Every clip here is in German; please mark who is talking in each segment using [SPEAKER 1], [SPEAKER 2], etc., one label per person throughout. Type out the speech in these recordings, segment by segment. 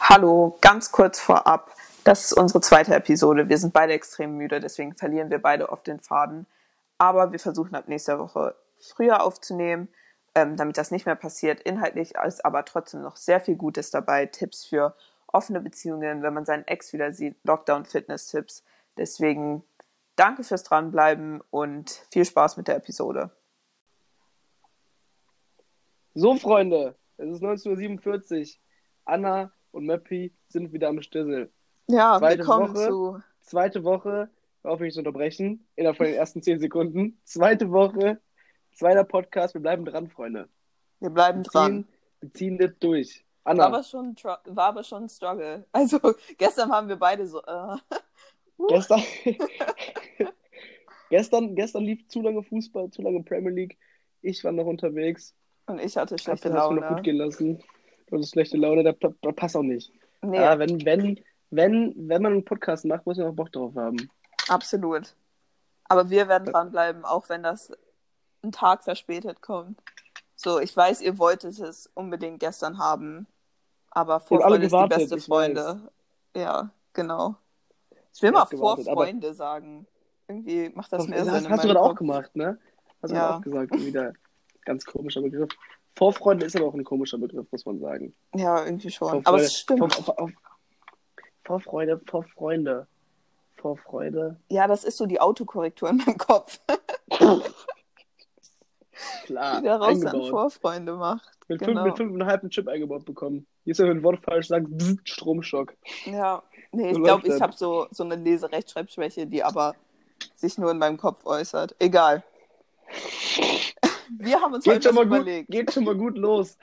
[SPEAKER 1] Hallo, ganz kurz vorab. Das ist unsere zweite Episode. Wir sind beide extrem müde, deswegen verlieren wir beide oft den Faden. Aber wir versuchen ab nächster Woche früher aufzunehmen, ähm, damit das nicht mehr passiert. Inhaltlich ist aber trotzdem noch sehr viel Gutes dabei. Tipps für offene Beziehungen, wenn man seinen Ex wieder sieht, Lockdown-Fitness-Tipps. Deswegen danke fürs Dranbleiben und viel Spaß mit der Episode.
[SPEAKER 2] So, Freunde, es ist 19.47 Uhr. Anna und Möppi sind wieder am Stissel.
[SPEAKER 1] Ja,
[SPEAKER 2] Zweite
[SPEAKER 1] willkommen
[SPEAKER 2] Woche.
[SPEAKER 1] zu.
[SPEAKER 2] Zweite Woche, auf mich zu unterbrechen, innerhalb von den ersten 10 Sekunden. Zweite Woche, zweiter Podcast, wir bleiben dran, Freunde.
[SPEAKER 1] Wir bleiben
[SPEAKER 2] Wir
[SPEAKER 1] dran.
[SPEAKER 2] ziehen, wir ziehen das durch.
[SPEAKER 1] War
[SPEAKER 2] Anna,
[SPEAKER 1] aber, schon, tro- war aber schon ein Struggle. Also gestern haben wir beide so. Äh,
[SPEAKER 2] gestern, gestern, gestern lief zu lange Fußball, zu lange Premier League. Ich war noch unterwegs.
[SPEAKER 1] und ich hatte
[SPEAKER 2] Ich habe
[SPEAKER 1] schlechte
[SPEAKER 2] das mir noch
[SPEAKER 1] Laune.
[SPEAKER 2] gut gehen lassen. Und schlechte Laune, da da- da passt auch nicht.
[SPEAKER 1] Nee,
[SPEAKER 2] Ja, wenn, wenn, wenn, wenn man einen Podcast macht, muss man auch Bock drauf haben.
[SPEAKER 1] absolut. Aber wir werden dranbleiben, auch wenn das einen Tag verspätet kommt. So, ich weiß, ihr wolltet es unbedingt gestern haben. Aber Vorfreude ist die
[SPEAKER 2] gewartet,
[SPEAKER 1] beste
[SPEAKER 2] ich
[SPEAKER 1] Freunde. Ja, genau. Ich will mal
[SPEAKER 2] hab gewartet, aber-
[SPEAKER 1] Vorfreunde sagen. Irgendwie macht das
[SPEAKER 2] Doch,
[SPEAKER 1] mehr
[SPEAKER 2] das
[SPEAKER 1] Sinn.
[SPEAKER 2] hast,
[SPEAKER 1] in
[SPEAKER 2] hast du
[SPEAKER 1] meinem
[SPEAKER 2] gerade auch
[SPEAKER 1] Kopf.
[SPEAKER 2] gemacht, ne? Hast du
[SPEAKER 1] Ja.
[SPEAKER 2] gerade auch gesagt, wieder ganz komischer Begriff. Vorfreunde ist aber auch ein komischer Begriff, muss man sagen.
[SPEAKER 1] Ja, irgendwie schon.
[SPEAKER 2] Vorfreude,
[SPEAKER 1] Aber es stimmt.
[SPEAKER 2] Vor, vor, vor, Vorfreude, Vorfreunde. Vorfreude,
[SPEAKER 1] Ja, das ist so die Autokorrektur in meinem Kopf,
[SPEAKER 2] klar,
[SPEAKER 1] die daraus dann
[SPEAKER 2] eingebaut.
[SPEAKER 1] Vorfreunde macht.
[SPEAKER 2] Mit, fünf,
[SPEAKER 1] genau.
[SPEAKER 2] mit fünf und halben Chip eingebaut bekommen. Hier ist ja ein Wort falsch, sagst bzz, Stromschock.
[SPEAKER 1] Ja, nee,
[SPEAKER 2] So
[SPEAKER 1] ich
[SPEAKER 2] läuft
[SPEAKER 1] glaube,
[SPEAKER 2] das.
[SPEAKER 1] ich habe so, so eine Leserechtschreibschwäche, die aber sich nur in meinem Kopf äußert. Egal. Wir haben uns
[SPEAKER 2] Geht
[SPEAKER 1] heute was
[SPEAKER 2] schon, mal gut,
[SPEAKER 1] überlegt.
[SPEAKER 2] geht schon mal gut los.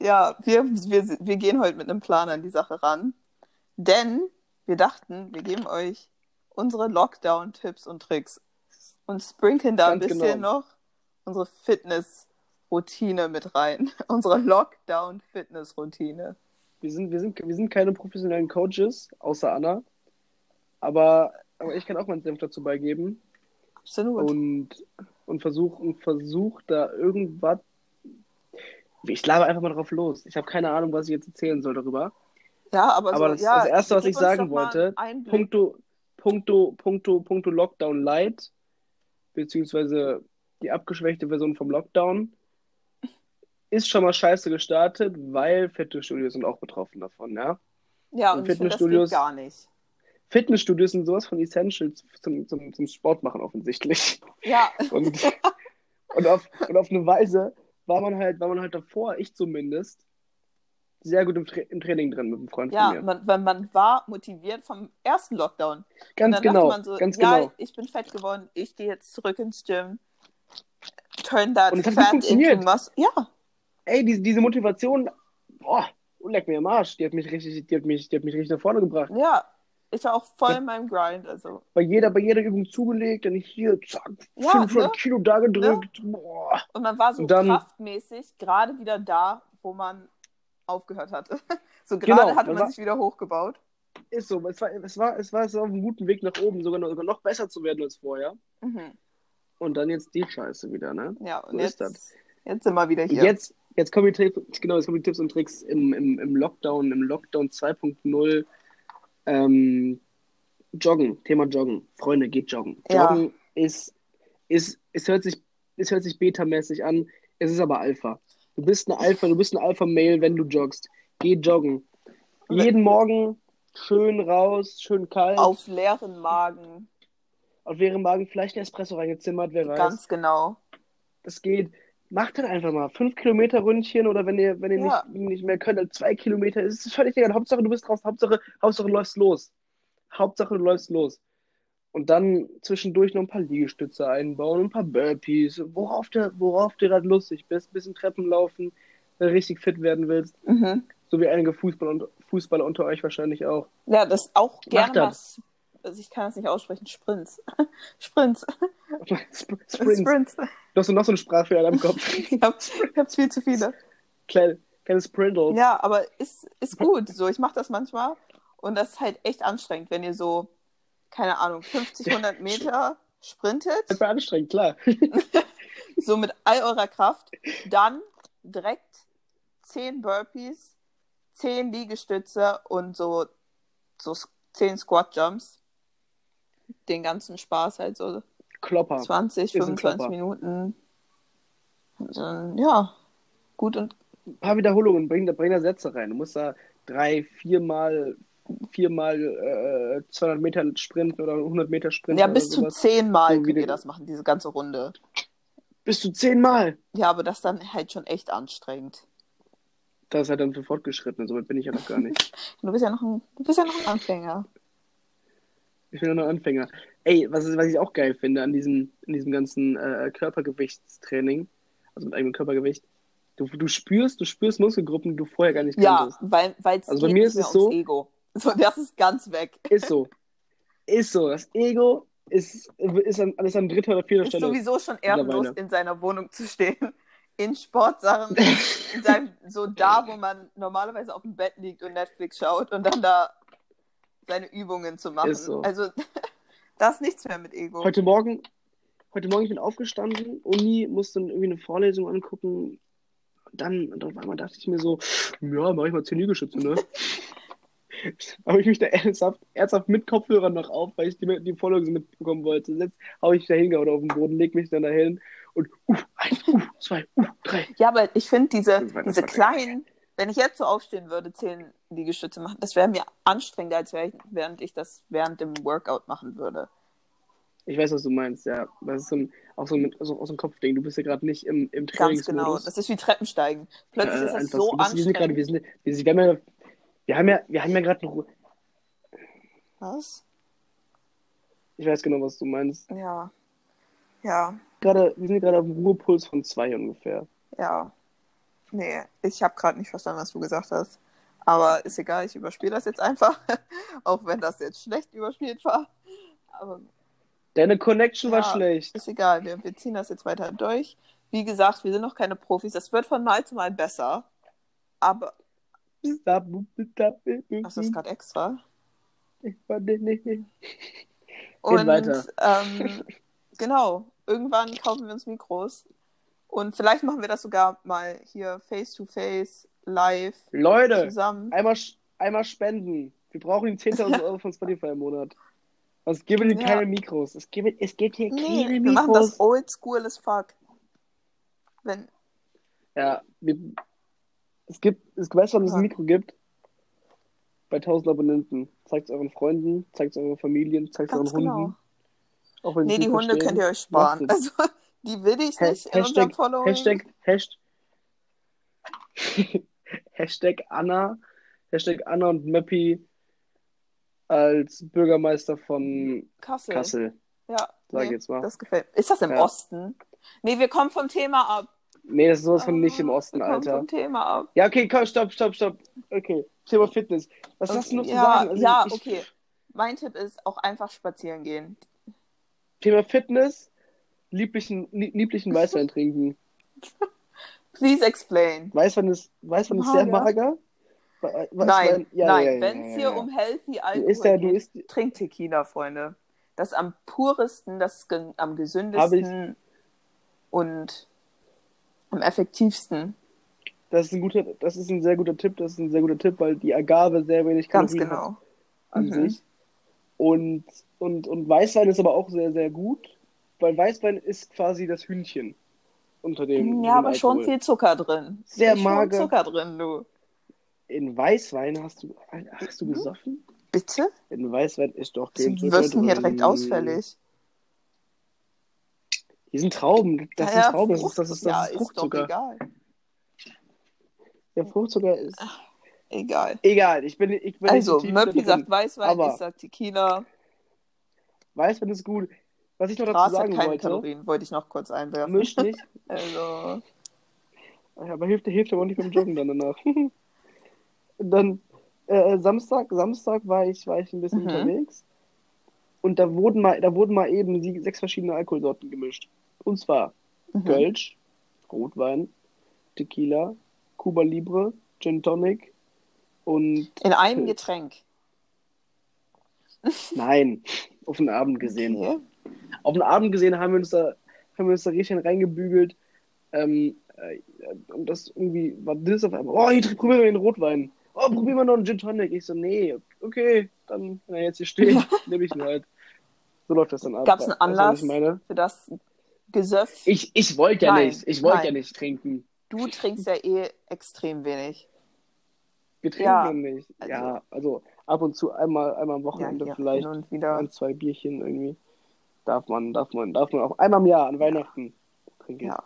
[SPEAKER 1] Ja, wir, wir, wir gehen heute mit einem Plan an die Sache ran. Denn wir dachten, wir geben euch unsere Lockdown-Tipps und Tricks und sprinkeln da ein
[SPEAKER 2] Ganz
[SPEAKER 1] bisschen
[SPEAKER 2] genau.
[SPEAKER 1] noch unsere Fitness-Routine mit rein. Unsere Lockdown-Fitness-Routine.
[SPEAKER 2] Wir sind, wir, sind, wir sind keine professionellen Coaches, außer Anna. Aber, aber ich kann auch meinen Senf dazu beigeben.
[SPEAKER 1] Absolut.
[SPEAKER 2] und, und versuch und versuch da irgendwas. Ich laber einfach mal drauf los. Ich habe keine Ahnung, was ich jetzt erzählen soll darüber.
[SPEAKER 1] ja, aber, so,
[SPEAKER 2] aber das-
[SPEAKER 1] ja,
[SPEAKER 2] das Erste, was
[SPEAKER 1] gib
[SPEAKER 2] ich
[SPEAKER 1] uns
[SPEAKER 2] sagen
[SPEAKER 1] doch mal
[SPEAKER 2] wollte,
[SPEAKER 1] einen Einblick.
[SPEAKER 2] Punkto, Punkto, Punkto, Punkto Lockdown Light, beziehungsweise die abgeschwächte Version vom Lockdown, ist schon mal scheiße gestartet, weil Fitnessstudios sind auch betroffen davon, ja.
[SPEAKER 1] Ja,
[SPEAKER 2] in
[SPEAKER 1] und ich finde, das geht
[SPEAKER 2] Fitnessstudios.
[SPEAKER 1] gar nicht.
[SPEAKER 2] Fitnessstudios sind sowas von Essentials zum, zum, zum Sport machen offensichtlich.
[SPEAKER 1] Ja,
[SPEAKER 2] Und, und, auf, und auf eine Weise war man halt, war man halt davor, ich zumindest, sehr gut im, Tra im Training drin mit einem Freund
[SPEAKER 1] ja
[SPEAKER 2] von mir.
[SPEAKER 1] man, weil man war motiviert vom ersten Lockdown.
[SPEAKER 2] Ganz
[SPEAKER 1] und dann dachte
[SPEAKER 2] genau,
[SPEAKER 1] man so,
[SPEAKER 2] ganz
[SPEAKER 1] ja,
[SPEAKER 2] genau.
[SPEAKER 1] ich bin fett geworden, ich gehe jetzt zurück ins Gym. Turn that
[SPEAKER 2] Und es hat gut
[SPEAKER 1] fat into
[SPEAKER 2] funktioniert.
[SPEAKER 1] muscle. Ja,
[SPEAKER 2] Ey, diese, diese Motivation, boah, und leck mir am Arsch, die hat mich richtig, die hat mich, die hat mich richtig nach vorne gebracht.
[SPEAKER 1] ja. Ich war auch voll in meinem Grind. Also,
[SPEAKER 2] Bei jeder, bei jeder Übung zugelegt, dann hier, zack,
[SPEAKER 1] Ja,
[SPEAKER 2] 500
[SPEAKER 1] ne?
[SPEAKER 2] Kilo da gedrückt, boah.
[SPEAKER 1] und man war so
[SPEAKER 2] Und dann-
[SPEAKER 1] kraftmäßig gerade wieder da, wo man aufgehört hatte. So gerade
[SPEAKER 2] Genau,
[SPEAKER 1] hatte
[SPEAKER 2] man
[SPEAKER 1] man
[SPEAKER 2] war-
[SPEAKER 1] sich wieder hochgebaut.
[SPEAKER 2] Ist so, es war, es war, es war, es war auf einem guten Weg nach oben, sogar noch, sogar noch besser zu werden als vorher.
[SPEAKER 1] Mhm.
[SPEAKER 2] Und dann jetzt die Scheiße wieder, ne?
[SPEAKER 1] Ja, und
[SPEAKER 2] So ist
[SPEAKER 1] jetzt, jetzt sind wir wieder hier.
[SPEAKER 2] Jetzt, jetzt, kommen die Tricks, genau, jetzt kommen die Tipps und Tricks im, im, im Lockdown, im Lockdown 2.0. Ähm, joggen, Thema Joggen. Freunde, geht joggen.
[SPEAKER 1] Ja.
[SPEAKER 2] Joggen ist, ist, es hört sich, es hört sich beta-mäßig an, es ist aber Alpha. Du bist ein Alpha, du bist ein Alpha-Male, wenn du joggst. Geh joggen. Jeden Morgen schön raus, schön kalt. Auf,
[SPEAKER 1] Auf leeren Magen.
[SPEAKER 2] auf leeren Magen vielleicht ein Espresso reingezimmert, wer weiß.
[SPEAKER 1] Ganz genau.
[SPEAKER 2] Das geht. Macht dann einfach mal. Fünf Kilometer Ründchen oder wenn ihr, wenn ihr
[SPEAKER 1] Ja.
[SPEAKER 2] nicht, nicht mehr könnt, dann zwei Kilometer. Es ist völlig egal. Hauptsache du bist draußen. Hauptsache, Hauptsache du läufst los. Hauptsache du läufst los. Und dann zwischendurch noch ein paar Liegestütze einbauen, ein paar Burpees, worauf du, worauf du gerade lustig bist. bisschen Treppen laufen, wenn du richtig fit werden willst.
[SPEAKER 1] Mhm.
[SPEAKER 2] So wie einige Fußball und, Fußballer unter euch wahrscheinlich auch.
[SPEAKER 1] Ja, das auch gerne
[SPEAKER 2] Macht
[SPEAKER 1] was. Also ich kann das nicht aussprechen. Sprints. Sprints.
[SPEAKER 2] Sp Sprints.
[SPEAKER 1] Sprints.
[SPEAKER 2] Du hast noch so einen Sprachfehler im Kopf.
[SPEAKER 1] Ich hab, ich hab viel zu viele.
[SPEAKER 2] Kleine, kleine Sprindles.
[SPEAKER 1] Ja, aber ist, ist gut. So, ich mache das manchmal und das ist halt echt anstrengend, wenn ihr so, keine Ahnung, 50, 100 Meter sprintet,
[SPEAKER 2] Einfach anstrengend, klar.
[SPEAKER 1] so mit all eurer Kraft, dann direkt 10 Burpees, 10 Liegestütze und so, so 10 Squat Jumps. Den ganzen Spaß halt so
[SPEAKER 2] Klopper.
[SPEAKER 1] 20,
[SPEAKER 2] ein
[SPEAKER 1] 25
[SPEAKER 2] Klopper.
[SPEAKER 1] Minuten. Und dann, ja, gut und
[SPEAKER 2] Ein paar Wiederholungen, bring, da- bring da Sätze rein. Du musst da drei, viermal, viermal äh, 200 Meter sprinten oder 100 Meter sprinten.
[SPEAKER 1] ja,
[SPEAKER 2] oder
[SPEAKER 1] bis zu
[SPEAKER 2] sowas.
[SPEAKER 1] zehnmal
[SPEAKER 2] also So wie
[SPEAKER 1] können wir
[SPEAKER 2] die-
[SPEAKER 1] das machen, diese ganze Runde.
[SPEAKER 2] Bis zu zehnmal.
[SPEAKER 1] Ja, aber das dann halt schon echt anstrengend.
[SPEAKER 2] Das ist halt dann für Fortgeschrittene, soweit bin ich ja noch gar nicht.
[SPEAKER 1] Du bist ja noch ein, du bist ja noch ein Anfänger.
[SPEAKER 2] Ich bin ja noch Anfänger. Ey, was, ist, was ich auch geil finde an diesem, in diesem ganzen äh, Körpergewichtstraining, also mit eigenem Körpergewicht, du, du spürst, du spürst Muskelgruppen, die du vorher gar nicht
[SPEAKER 1] Ja,
[SPEAKER 2] kanntest.
[SPEAKER 1] weil es
[SPEAKER 2] Also bei mir ist es so-
[SPEAKER 1] Ego. So, das ist ganz weg.
[SPEAKER 2] Ist so. Ist so. Das Ego ist, ist an, alles an dritter oder vierter
[SPEAKER 1] Ist
[SPEAKER 2] Stelle.
[SPEAKER 1] sowieso schon ehrenlos,
[SPEAKER 2] mittlerweile.
[SPEAKER 1] in seiner Wohnung zu stehen. In Sportsachen, in seinem, so da, wo man normalerweise auf dem Bett liegt und Netflix schaut und dann da seine Übungen zu machen.
[SPEAKER 2] Ist so.
[SPEAKER 1] Also, da ist nichts mehr mit Ego.
[SPEAKER 2] Heute Morgen, heute Morgen, ich bin aufgestanden, Uni, musste dann irgendwie eine Vorlesung angucken. Und dann, und auf einmal dachte ich mir so, ja, mach ich mal 10 Liegestütze, ne? habe ich mich da ernsthaft, ernsthaft mit Kopfhörern noch auf, weil ich die, die Vorlesung mitbekommen wollte. Und Jetzt habe ich mich da hingehauen auf den Boden, leg mich dann da hin und uff, eins, uff, zwei, uff, drei.
[SPEAKER 1] Ja, aber ich finde diese,
[SPEAKER 2] Das war- das
[SPEAKER 1] diese
[SPEAKER 2] war-
[SPEAKER 1] kleinen, wenn ich jetzt so aufstehen würde, zehn Liegestütze machen, das wäre mir anstrengender, als wär ich, während ich das während dem Workout machen würde.
[SPEAKER 2] Ich weiß, was du meinst, ja. Das ist so ein, auch so ein, so, auch so ein Kopfding. Du bist ja gerade nicht im, im
[SPEAKER 1] Ganz genau.
[SPEAKER 2] Trainingsmodus.
[SPEAKER 1] Das ist wie Treppensteigen. Plötzlich ist
[SPEAKER 2] Äh,
[SPEAKER 1] das
[SPEAKER 2] einfach
[SPEAKER 1] so
[SPEAKER 2] du bist- wir sind gerade,
[SPEAKER 1] anstrengend.
[SPEAKER 2] wir, sind, wir, sind, wir haben ja, wir haben ja, wir haben ja gerade eine Ruhe.
[SPEAKER 1] Was?
[SPEAKER 2] Ich weiß genau, was du meinst.
[SPEAKER 1] Ja. Ja,
[SPEAKER 2] Gerade, wir sind gerade auf dem Ruhepuls von zwei ungefähr.
[SPEAKER 1] ja. Nee, ich habe gerade nicht verstanden, was du gesagt hast. Aber ist egal, ich überspiele das jetzt einfach. Auch wenn das jetzt schlecht überspielt war. Aber
[SPEAKER 2] Deine Connection war
[SPEAKER 1] Ja.
[SPEAKER 2] schlecht.
[SPEAKER 1] Ist egal, wir, wir ziehen das jetzt weiter durch. Wie gesagt, wir sind noch keine Profis. Das wird von Mal zu Mal besser. Aber. Ach,
[SPEAKER 2] Mhm.
[SPEAKER 1] das ist gerade extra. Und
[SPEAKER 2] weiter.
[SPEAKER 1] Ähm, genau, irgendwann kaufen wir uns Mikros. Und vielleicht machen wir das sogar mal hier face-to-face, live,
[SPEAKER 2] Leute,
[SPEAKER 1] zusammen.
[SPEAKER 2] einmal, sch- einmal spenden. Wir brauchen die 10.000 Euro von Spotify im Monat. Es gibt hier
[SPEAKER 1] Ja.
[SPEAKER 2] keine Mikros. Es gibt, es gibt hier
[SPEAKER 1] Nee,
[SPEAKER 2] keine
[SPEAKER 1] wir machen das um-
[SPEAKER 2] Mikros.
[SPEAKER 1] old school as fuck. Wenn,
[SPEAKER 2] Ja, wir, es gibt, es weiß, warum es ein
[SPEAKER 1] Ja.
[SPEAKER 2] Mikro gibt. Bei 1000 Abonnenten. Zeigt es euren Freunden, zeigt es euren Familien, zeigt es euren
[SPEAKER 1] ganz genau.
[SPEAKER 2] Hunden. Auch wenn sie
[SPEAKER 1] Nee,
[SPEAKER 2] es
[SPEAKER 1] die
[SPEAKER 2] nicht
[SPEAKER 1] Hunde
[SPEAKER 2] verstehen.
[SPEAKER 1] könnt ihr euch sparen.
[SPEAKER 2] Macht's.
[SPEAKER 1] Also, die will ich
[SPEAKER 2] Ha-
[SPEAKER 1] nicht in unserem Following.
[SPEAKER 2] Hashtag, Hashtag, Hashtag Anna, Hashtag Anna und Möppi als Bürgermeister von
[SPEAKER 1] Kassel.
[SPEAKER 2] Kassel,
[SPEAKER 1] Ja,
[SPEAKER 2] sag ich
[SPEAKER 1] nee,
[SPEAKER 2] jetzt mal.
[SPEAKER 1] das gefällt mir. Ist das im
[SPEAKER 2] Ja.
[SPEAKER 1] Osten? Nee, wir kommen vom Thema ab.
[SPEAKER 2] nee, das ist sowas von nicht im
[SPEAKER 1] Ah,
[SPEAKER 2] Osten,
[SPEAKER 1] wir kommen
[SPEAKER 2] Alter.
[SPEAKER 1] vom Thema ab.
[SPEAKER 2] Ja, okay, komm, stopp, stopp, stopp. Okay, Thema Fitness. Was hast du noch
[SPEAKER 1] ja,
[SPEAKER 2] zu sagen? Also
[SPEAKER 1] ja,
[SPEAKER 2] ich-
[SPEAKER 1] okay. Mein Tipp ist auch einfach spazieren gehen.
[SPEAKER 2] Thema Fitness, lieblichen, lie- lieblichen Weißwein trinken.
[SPEAKER 1] Please explain.
[SPEAKER 2] Weißwein ist, Weißwein ist sehr mager. Wa- Weißwein-
[SPEAKER 1] nein,
[SPEAKER 2] ja,
[SPEAKER 1] nein.
[SPEAKER 2] ja, ja,
[SPEAKER 1] Wenn es
[SPEAKER 2] ja,
[SPEAKER 1] hier
[SPEAKER 2] ja.
[SPEAKER 1] um healthy
[SPEAKER 2] Du
[SPEAKER 1] Alkohol
[SPEAKER 2] isst ja, du
[SPEAKER 1] geht,
[SPEAKER 2] isst,
[SPEAKER 1] trinkt Tequila, Freunde. Das ist am puresten, das ist gen- am
[SPEAKER 2] Habe
[SPEAKER 1] gesündesten und am effektivsten.
[SPEAKER 2] Das ist ein guter, das ist ein sehr guter Tipp, das ist ein sehr guter Tipp, weil die Agave sehr wenig
[SPEAKER 1] Ganz
[SPEAKER 2] Kalorien hat
[SPEAKER 1] genau.
[SPEAKER 2] an
[SPEAKER 1] Mhm.
[SPEAKER 2] sich. Und, und, und Weißwein ist aber auch sehr, sehr gut, weil Weißwein ist quasi das Hühnchen unter dem.
[SPEAKER 1] Mhm, Ja,
[SPEAKER 2] dem
[SPEAKER 1] aber schon
[SPEAKER 2] Alkohol.
[SPEAKER 1] viel Zucker drin.
[SPEAKER 2] Sehr
[SPEAKER 1] schon
[SPEAKER 2] mager.
[SPEAKER 1] Zucker drin, du.
[SPEAKER 2] In Weißwein hast du, hast
[SPEAKER 1] Mhm.
[SPEAKER 2] du gesoffen?
[SPEAKER 1] Bitte?
[SPEAKER 2] In Weißwein ist doch
[SPEAKER 1] Sie
[SPEAKER 2] kein Zucker
[SPEAKER 1] wirst mir hier
[SPEAKER 2] drin.
[SPEAKER 1] direkt ausfällig.
[SPEAKER 2] Hier sind Trauben, das
[SPEAKER 1] Ja,
[SPEAKER 2] sind Trauben, das ist,
[SPEAKER 1] Frucht-
[SPEAKER 2] das ist, das
[SPEAKER 1] ja,
[SPEAKER 2] ist
[SPEAKER 1] ist doch
[SPEAKER 2] Fruchtzucker.
[SPEAKER 1] egal.
[SPEAKER 2] Der Fruchtzucker ist.
[SPEAKER 1] Egal.
[SPEAKER 2] Egal, ich bin, ich bin
[SPEAKER 1] Also,
[SPEAKER 2] nicht so tief da
[SPEAKER 1] Möppi
[SPEAKER 2] drin.
[SPEAKER 1] sagt Weißwein,
[SPEAKER 2] Aber-
[SPEAKER 1] ich sag Tequila.
[SPEAKER 2] Weißwein ist gut. Was ich noch dazu
[SPEAKER 1] Gras hat
[SPEAKER 2] sagen
[SPEAKER 1] keine
[SPEAKER 2] wollte,
[SPEAKER 1] Kalorien, wollte ich noch kurz einwerfen.
[SPEAKER 2] mischt nicht.
[SPEAKER 1] Also,
[SPEAKER 2] Aber hilft, hilft aber auch nicht beim Joggen dann danach. Und dann äh, Samstag, Samstag war ich, war ich ein bisschen
[SPEAKER 1] Mhm.
[SPEAKER 2] unterwegs. Und da wurden mal, da wurden mal eben sie, sechs verschiedene Alkoholsorten gemischt. Und zwar
[SPEAKER 1] mhm.
[SPEAKER 2] Kölsch, Rotwein, Tequila, Cuba Libre, Gin Tonic und
[SPEAKER 1] in einem
[SPEAKER 2] Pilz.
[SPEAKER 1] Getränk.
[SPEAKER 2] nein, auf den Abend gesehen.
[SPEAKER 1] Okay.
[SPEAKER 2] Auf den Abend gesehen haben wir uns da, haben wir uns da richtig reingebügelt. Ähm, äh, und das irgendwie war das auf einmal. Oh, hier probieren wir den Rotwein. oh, probier mal noch einen Gin Tonic. Ich so, nee, okay, dann, wenn er jetzt hier steht, nehme ich ihn halt. So läuft das dann ab.
[SPEAKER 1] Gab es einen
[SPEAKER 2] Weißt du, was
[SPEAKER 1] Anlass
[SPEAKER 2] Ich, meine?
[SPEAKER 1] für das Gesöff?
[SPEAKER 2] ich, ich wollte ja
[SPEAKER 1] Nein,
[SPEAKER 2] nicht, ich wollte ja
[SPEAKER 1] nein.
[SPEAKER 2] nicht trinken.
[SPEAKER 1] Du trinkst ja eh extrem wenig.
[SPEAKER 2] Wir trinken
[SPEAKER 1] Ja,
[SPEAKER 2] ja nicht.
[SPEAKER 1] also-
[SPEAKER 2] ja, also ab und zu einmal, einmal am
[SPEAKER 1] Ja,
[SPEAKER 2] Wochenende
[SPEAKER 1] hier
[SPEAKER 2] vielleicht.
[SPEAKER 1] hin und wieder.
[SPEAKER 2] ein, zwei Bierchen irgendwie. Darf man, darf man, darf man auch einmal im Jahr an Weihnachten trinken.
[SPEAKER 1] Ja.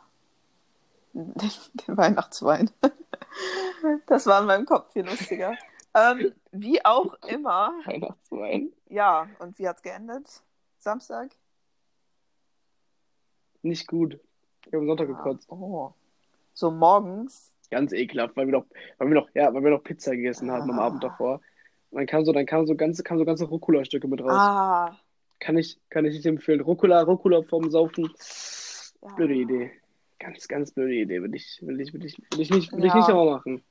[SPEAKER 1] Den Weihnachtswein. Das war in meinem Kopf viel lustiger. ähm, wie auch immer,
[SPEAKER 2] Weihnachtswein.
[SPEAKER 1] ja, und wie hat's geendet? Samstag?
[SPEAKER 2] Nicht gut. Ich habe am Sonntag gekotzt.
[SPEAKER 1] Ah, oh. So morgens.
[SPEAKER 2] Ganz ekelhaft, weil wir noch, weil wir noch, ja, weil wir noch Pizza gegessen haben am
[SPEAKER 1] Ah.
[SPEAKER 2] Abend davor. Und dann kam so, dann kam so ganze, kam so ganze Rucola-Stücke mit raus.
[SPEAKER 1] Ah,
[SPEAKER 2] Kann ich, kann ich nicht empfehlen. Rucola, Rucola vorm Saufen.
[SPEAKER 1] Ja.
[SPEAKER 2] Blöde Idee. Ganz, ganz blöde Idee. Will ich, will ich, will ich, will ich nicht, will ich
[SPEAKER 1] Ja.
[SPEAKER 2] nicht aber machen.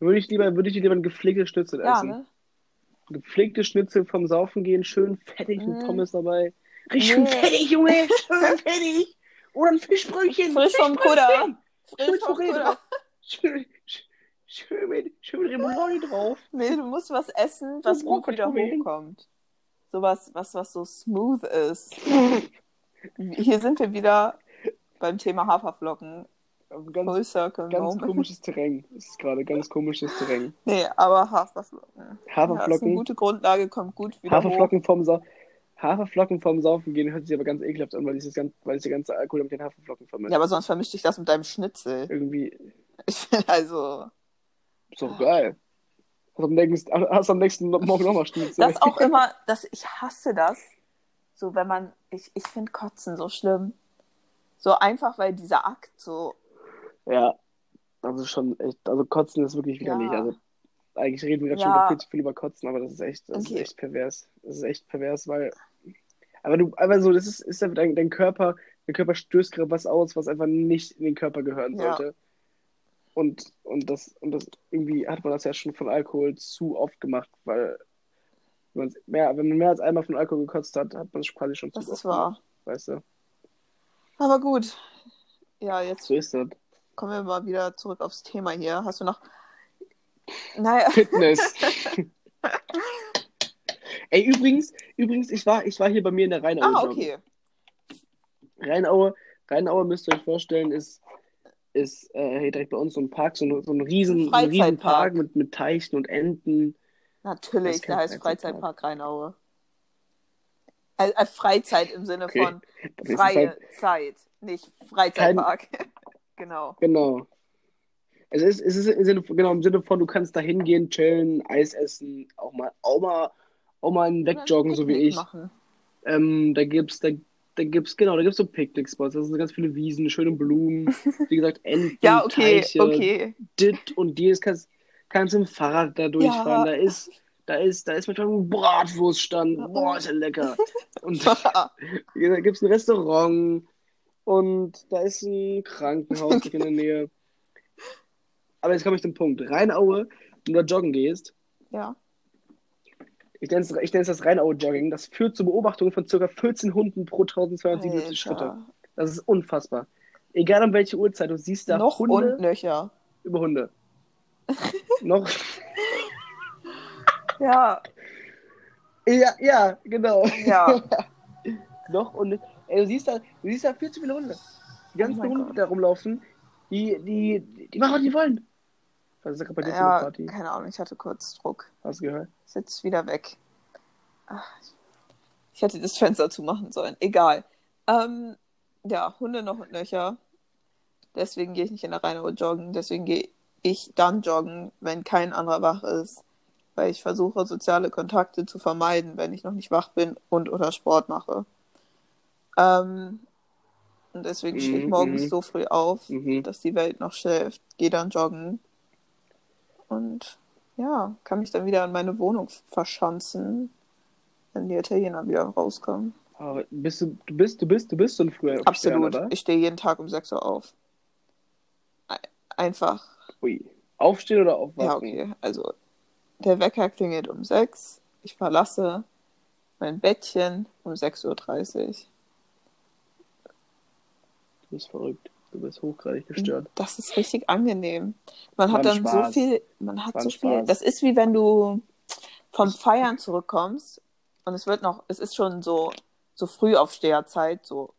[SPEAKER 2] Würde ich lieber, würde ich lieber ein gepflegtes Schnitzel
[SPEAKER 1] ja,
[SPEAKER 2] essen.
[SPEAKER 1] ne?
[SPEAKER 2] gepflegte Schnitzel vom Saufen gehen, schön fettig mit
[SPEAKER 1] Mm.
[SPEAKER 2] Pommes dabei. Richtig schön
[SPEAKER 1] Nee.
[SPEAKER 2] fettig, Junge! Schön fettig! Oder ein Fischbrötchen!
[SPEAKER 1] Frisch vom Kutter.
[SPEAKER 2] Fischbrötchen.
[SPEAKER 1] Frisch vom
[SPEAKER 2] Fischbrötchen.
[SPEAKER 1] Kutter.
[SPEAKER 2] Schön, sch- schön, mit, schön mit Remoulade drauf.
[SPEAKER 1] Nee, du musst was essen, was
[SPEAKER 2] Und
[SPEAKER 1] gut wieder
[SPEAKER 2] Brokkoli.
[SPEAKER 1] hochkommt. Sowas, was, was so smooth ist. Hier sind wir wieder beim Thema Haferflocken.
[SPEAKER 2] Also Ganz,
[SPEAKER 1] Full Circle
[SPEAKER 2] ganz
[SPEAKER 1] Moment.
[SPEAKER 2] komisches Terrain. Das ist gerade ganz komisches Terrain.
[SPEAKER 1] Nee, aber Haferflocken. Ja, ist eine
[SPEAKER 2] Haferflocken,
[SPEAKER 1] gute Grundlage, kommt gut wieder
[SPEAKER 2] Haferflocken vom Saufen. Haferflocken vom Saufen gehen hört sich aber ganz ekelhaft an, weil ich das ganz, weil ich den ganzen Alkohol mit den Haferflocken
[SPEAKER 1] hoch.
[SPEAKER 2] vermische.
[SPEAKER 1] Ja, aber sonst vermischte ich das mit deinem Schnitzel.
[SPEAKER 2] Irgendwie
[SPEAKER 1] Ich bin also,
[SPEAKER 2] Ist doch geil. Hast am nächsten, hast am nächsten Morgen nochmal Schnitzel.
[SPEAKER 1] das auch immer, das, ich hasse das. So, wenn man, ich, ich finde Kotzen so schlimm. So einfach, weil dieser Akt so,
[SPEAKER 2] Ja. Also schon echt, also Kotzen ist wirklich
[SPEAKER 1] ja.
[SPEAKER 2] widerlich. Also eigentlich reden wir gerade schon
[SPEAKER 1] Ja.
[SPEAKER 2] wieder viel zu viel über Kotzen, aber das ist echt, das
[SPEAKER 1] Okay.
[SPEAKER 2] ist echt pervers. Das ist echt pervers, weil. Aber du, aber so, das ist, ist ja dein, dein Körper, dein Körper stößt gerade was aus, was einfach nicht in den Körper gehören
[SPEAKER 1] Ja.
[SPEAKER 2] sollte. Und, und das, und das irgendwie hat man das ja schon von Alkohol zu oft gemacht, weil wenn, man's mehr, wenn man mehr als einmal von Alkohol gekotzt hat, hat man es quasi schon
[SPEAKER 1] das
[SPEAKER 2] zu oft
[SPEAKER 1] ist wahr.
[SPEAKER 2] gemacht, weißt du?
[SPEAKER 1] Aber gut. Ja, jetzt
[SPEAKER 2] So ist das.
[SPEAKER 1] kommen wir mal wieder zurück aufs Thema hier. Hast du noch, naja,
[SPEAKER 2] Fitness. Ey, übrigens, übrigens, ich war, ich war hier bei mir in der Rheinaue.
[SPEAKER 1] ah,
[SPEAKER 2] joggen.
[SPEAKER 1] okay.
[SPEAKER 2] Rheinaue, Rheinaue müsst ihr euch vorstellen, ist, ist äh, hier direkt bei uns so ein Park, so ein, so ein riesen, so ein
[SPEAKER 1] Freizeitpark.
[SPEAKER 2] riesen Park mit, mit Teichen und Enten. Das
[SPEAKER 1] Natürlich,
[SPEAKER 2] ist kein
[SPEAKER 1] der heißt
[SPEAKER 2] Freizeitpark.
[SPEAKER 1] Freizeitpark Rheinaue. Also, äh, Freizeit im Sinne
[SPEAKER 2] Okay.
[SPEAKER 1] von
[SPEAKER 2] Das ist
[SPEAKER 1] freie
[SPEAKER 2] halt-
[SPEAKER 1] Zeit, nicht Freizeitpark. genau.
[SPEAKER 2] genau. Es ist, es ist im Sinne, genau im Sinne von, du kannst da hingehen, chillen, Eis essen, auch mal, auch mal, auch mal einen Wegjoggen, so wie
[SPEAKER 1] Picknick
[SPEAKER 2] ich.
[SPEAKER 1] Machen.
[SPEAKER 2] Ähm, da gibt's, da, da gibt's, genau, da gibt's so Picknick-Spots. Das sind ganz viele Wiesen, schöne Blumen. Wie gesagt, Enten,
[SPEAKER 1] Ja, okay,
[SPEAKER 2] Teiche,
[SPEAKER 1] okay.
[SPEAKER 2] dit und dies. Kannst, kannst mit dem Fahrrad da durchfahren. Da ist, da ist, da ist manchmal ein Bratwurststand. Boah, ist ja lecker. Und da gibt's ein Restaurant und da ist ein Krankenhaus direkt in der Nähe. Aber jetzt komme ich zum Punkt. Rheinaue, wenn du da joggen gehst,
[SPEAKER 1] ja.
[SPEAKER 2] ich nenne, es, ich nenne es das Rheinau-Jogging. Das führt zu Beobachtungen von ca. 14 Hunden pro 1277 Schritte.
[SPEAKER 1] Alter.
[SPEAKER 2] Das ist unfassbar. Egal um welche Uhrzeit, du siehst da
[SPEAKER 1] Noch
[SPEAKER 2] Hunde
[SPEAKER 1] und nöcher.
[SPEAKER 2] über Hunde. Noch.
[SPEAKER 1] Ja,
[SPEAKER 2] Ja, ja, genau.
[SPEAKER 1] ja.
[SPEAKER 2] Noch und. Ey, du siehst da, du siehst da viel zu viele Hunde. Die ganzen
[SPEAKER 1] Oh mein
[SPEAKER 2] Hunde, die
[SPEAKER 1] Gott.
[SPEAKER 2] da rumlaufen, die, die, die machen, was die wollen. Was ist da gerade bei dir für eine
[SPEAKER 1] ja
[SPEAKER 2] Party?
[SPEAKER 1] keine Ahnung, ich hatte kurz Druck.
[SPEAKER 2] Hast du gehört?
[SPEAKER 1] Ist jetzt wieder weg. Ach, ich hätte das Fenster zumachen sollen. Egal. Ähm, ja, Hunde noch und nöcher. Deswegen gehe ich nicht in der Rheinaue joggen. Deswegen gehe ich dann joggen, wenn kein anderer wach ist. Weil ich versuche, soziale Kontakte zu vermeiden, wenn ich noch nicht wach bin und oder Sport mache. Ähm, und deswegen stehe ich
[SPEAKER 2] Mhm,
[SPEAKER 1] morgens
[SPEAKER 2] mhm.
[SPEAKER 1] so früh auf,
[SPEAKER 2] Mhm.
[SPEAKER 1] dass die Welt noch schläft. Gehe dann joggen. Und ja, kann mich dann wieder in meine Wohnung verschanzen, wenn die Italiener wieder rauskommen.
[SPEAKER 2] Aber bist du, du bist, du bist, du bist so ein früher Stern,
[SPEAKER 1] Absolut.
[SPEAKER 2] oder?
[SPEAKER 1] Ich stehe jeden Tag um 6 Uhr auf. Ei- Einfach.
[SPEAKER 2] Ui. Aufstehen oder aufwachen?
[SPEAKER 1] Ja, okay. Also, der Wecker klingelt um 6. Ich verlasse mein Bettchen um 6.30 Uhr.
[SPEAKER 2] Du bist verrückt. Du bist hochgradig gestört.
[SPEAKER 1] Das ist richtig angenehm. Man hat
[SPEAKER 2] War
[SPEAKER 1] dann
[SPEAKER 2] ein
[SPEAKER 1] so
[SPEAKER 2] Spaß.
[SPEAKER 1] viel, man hat
[SPEAKER 2] War ein
[SPEAKER 1] so viel.
[SPEAKER 2] Spaß.
[SPEAKER 1] Das ist wie wenn du vom Feiern zurückkommst und es wird noch, es ist schon so, so Frühaufsteherzeit, so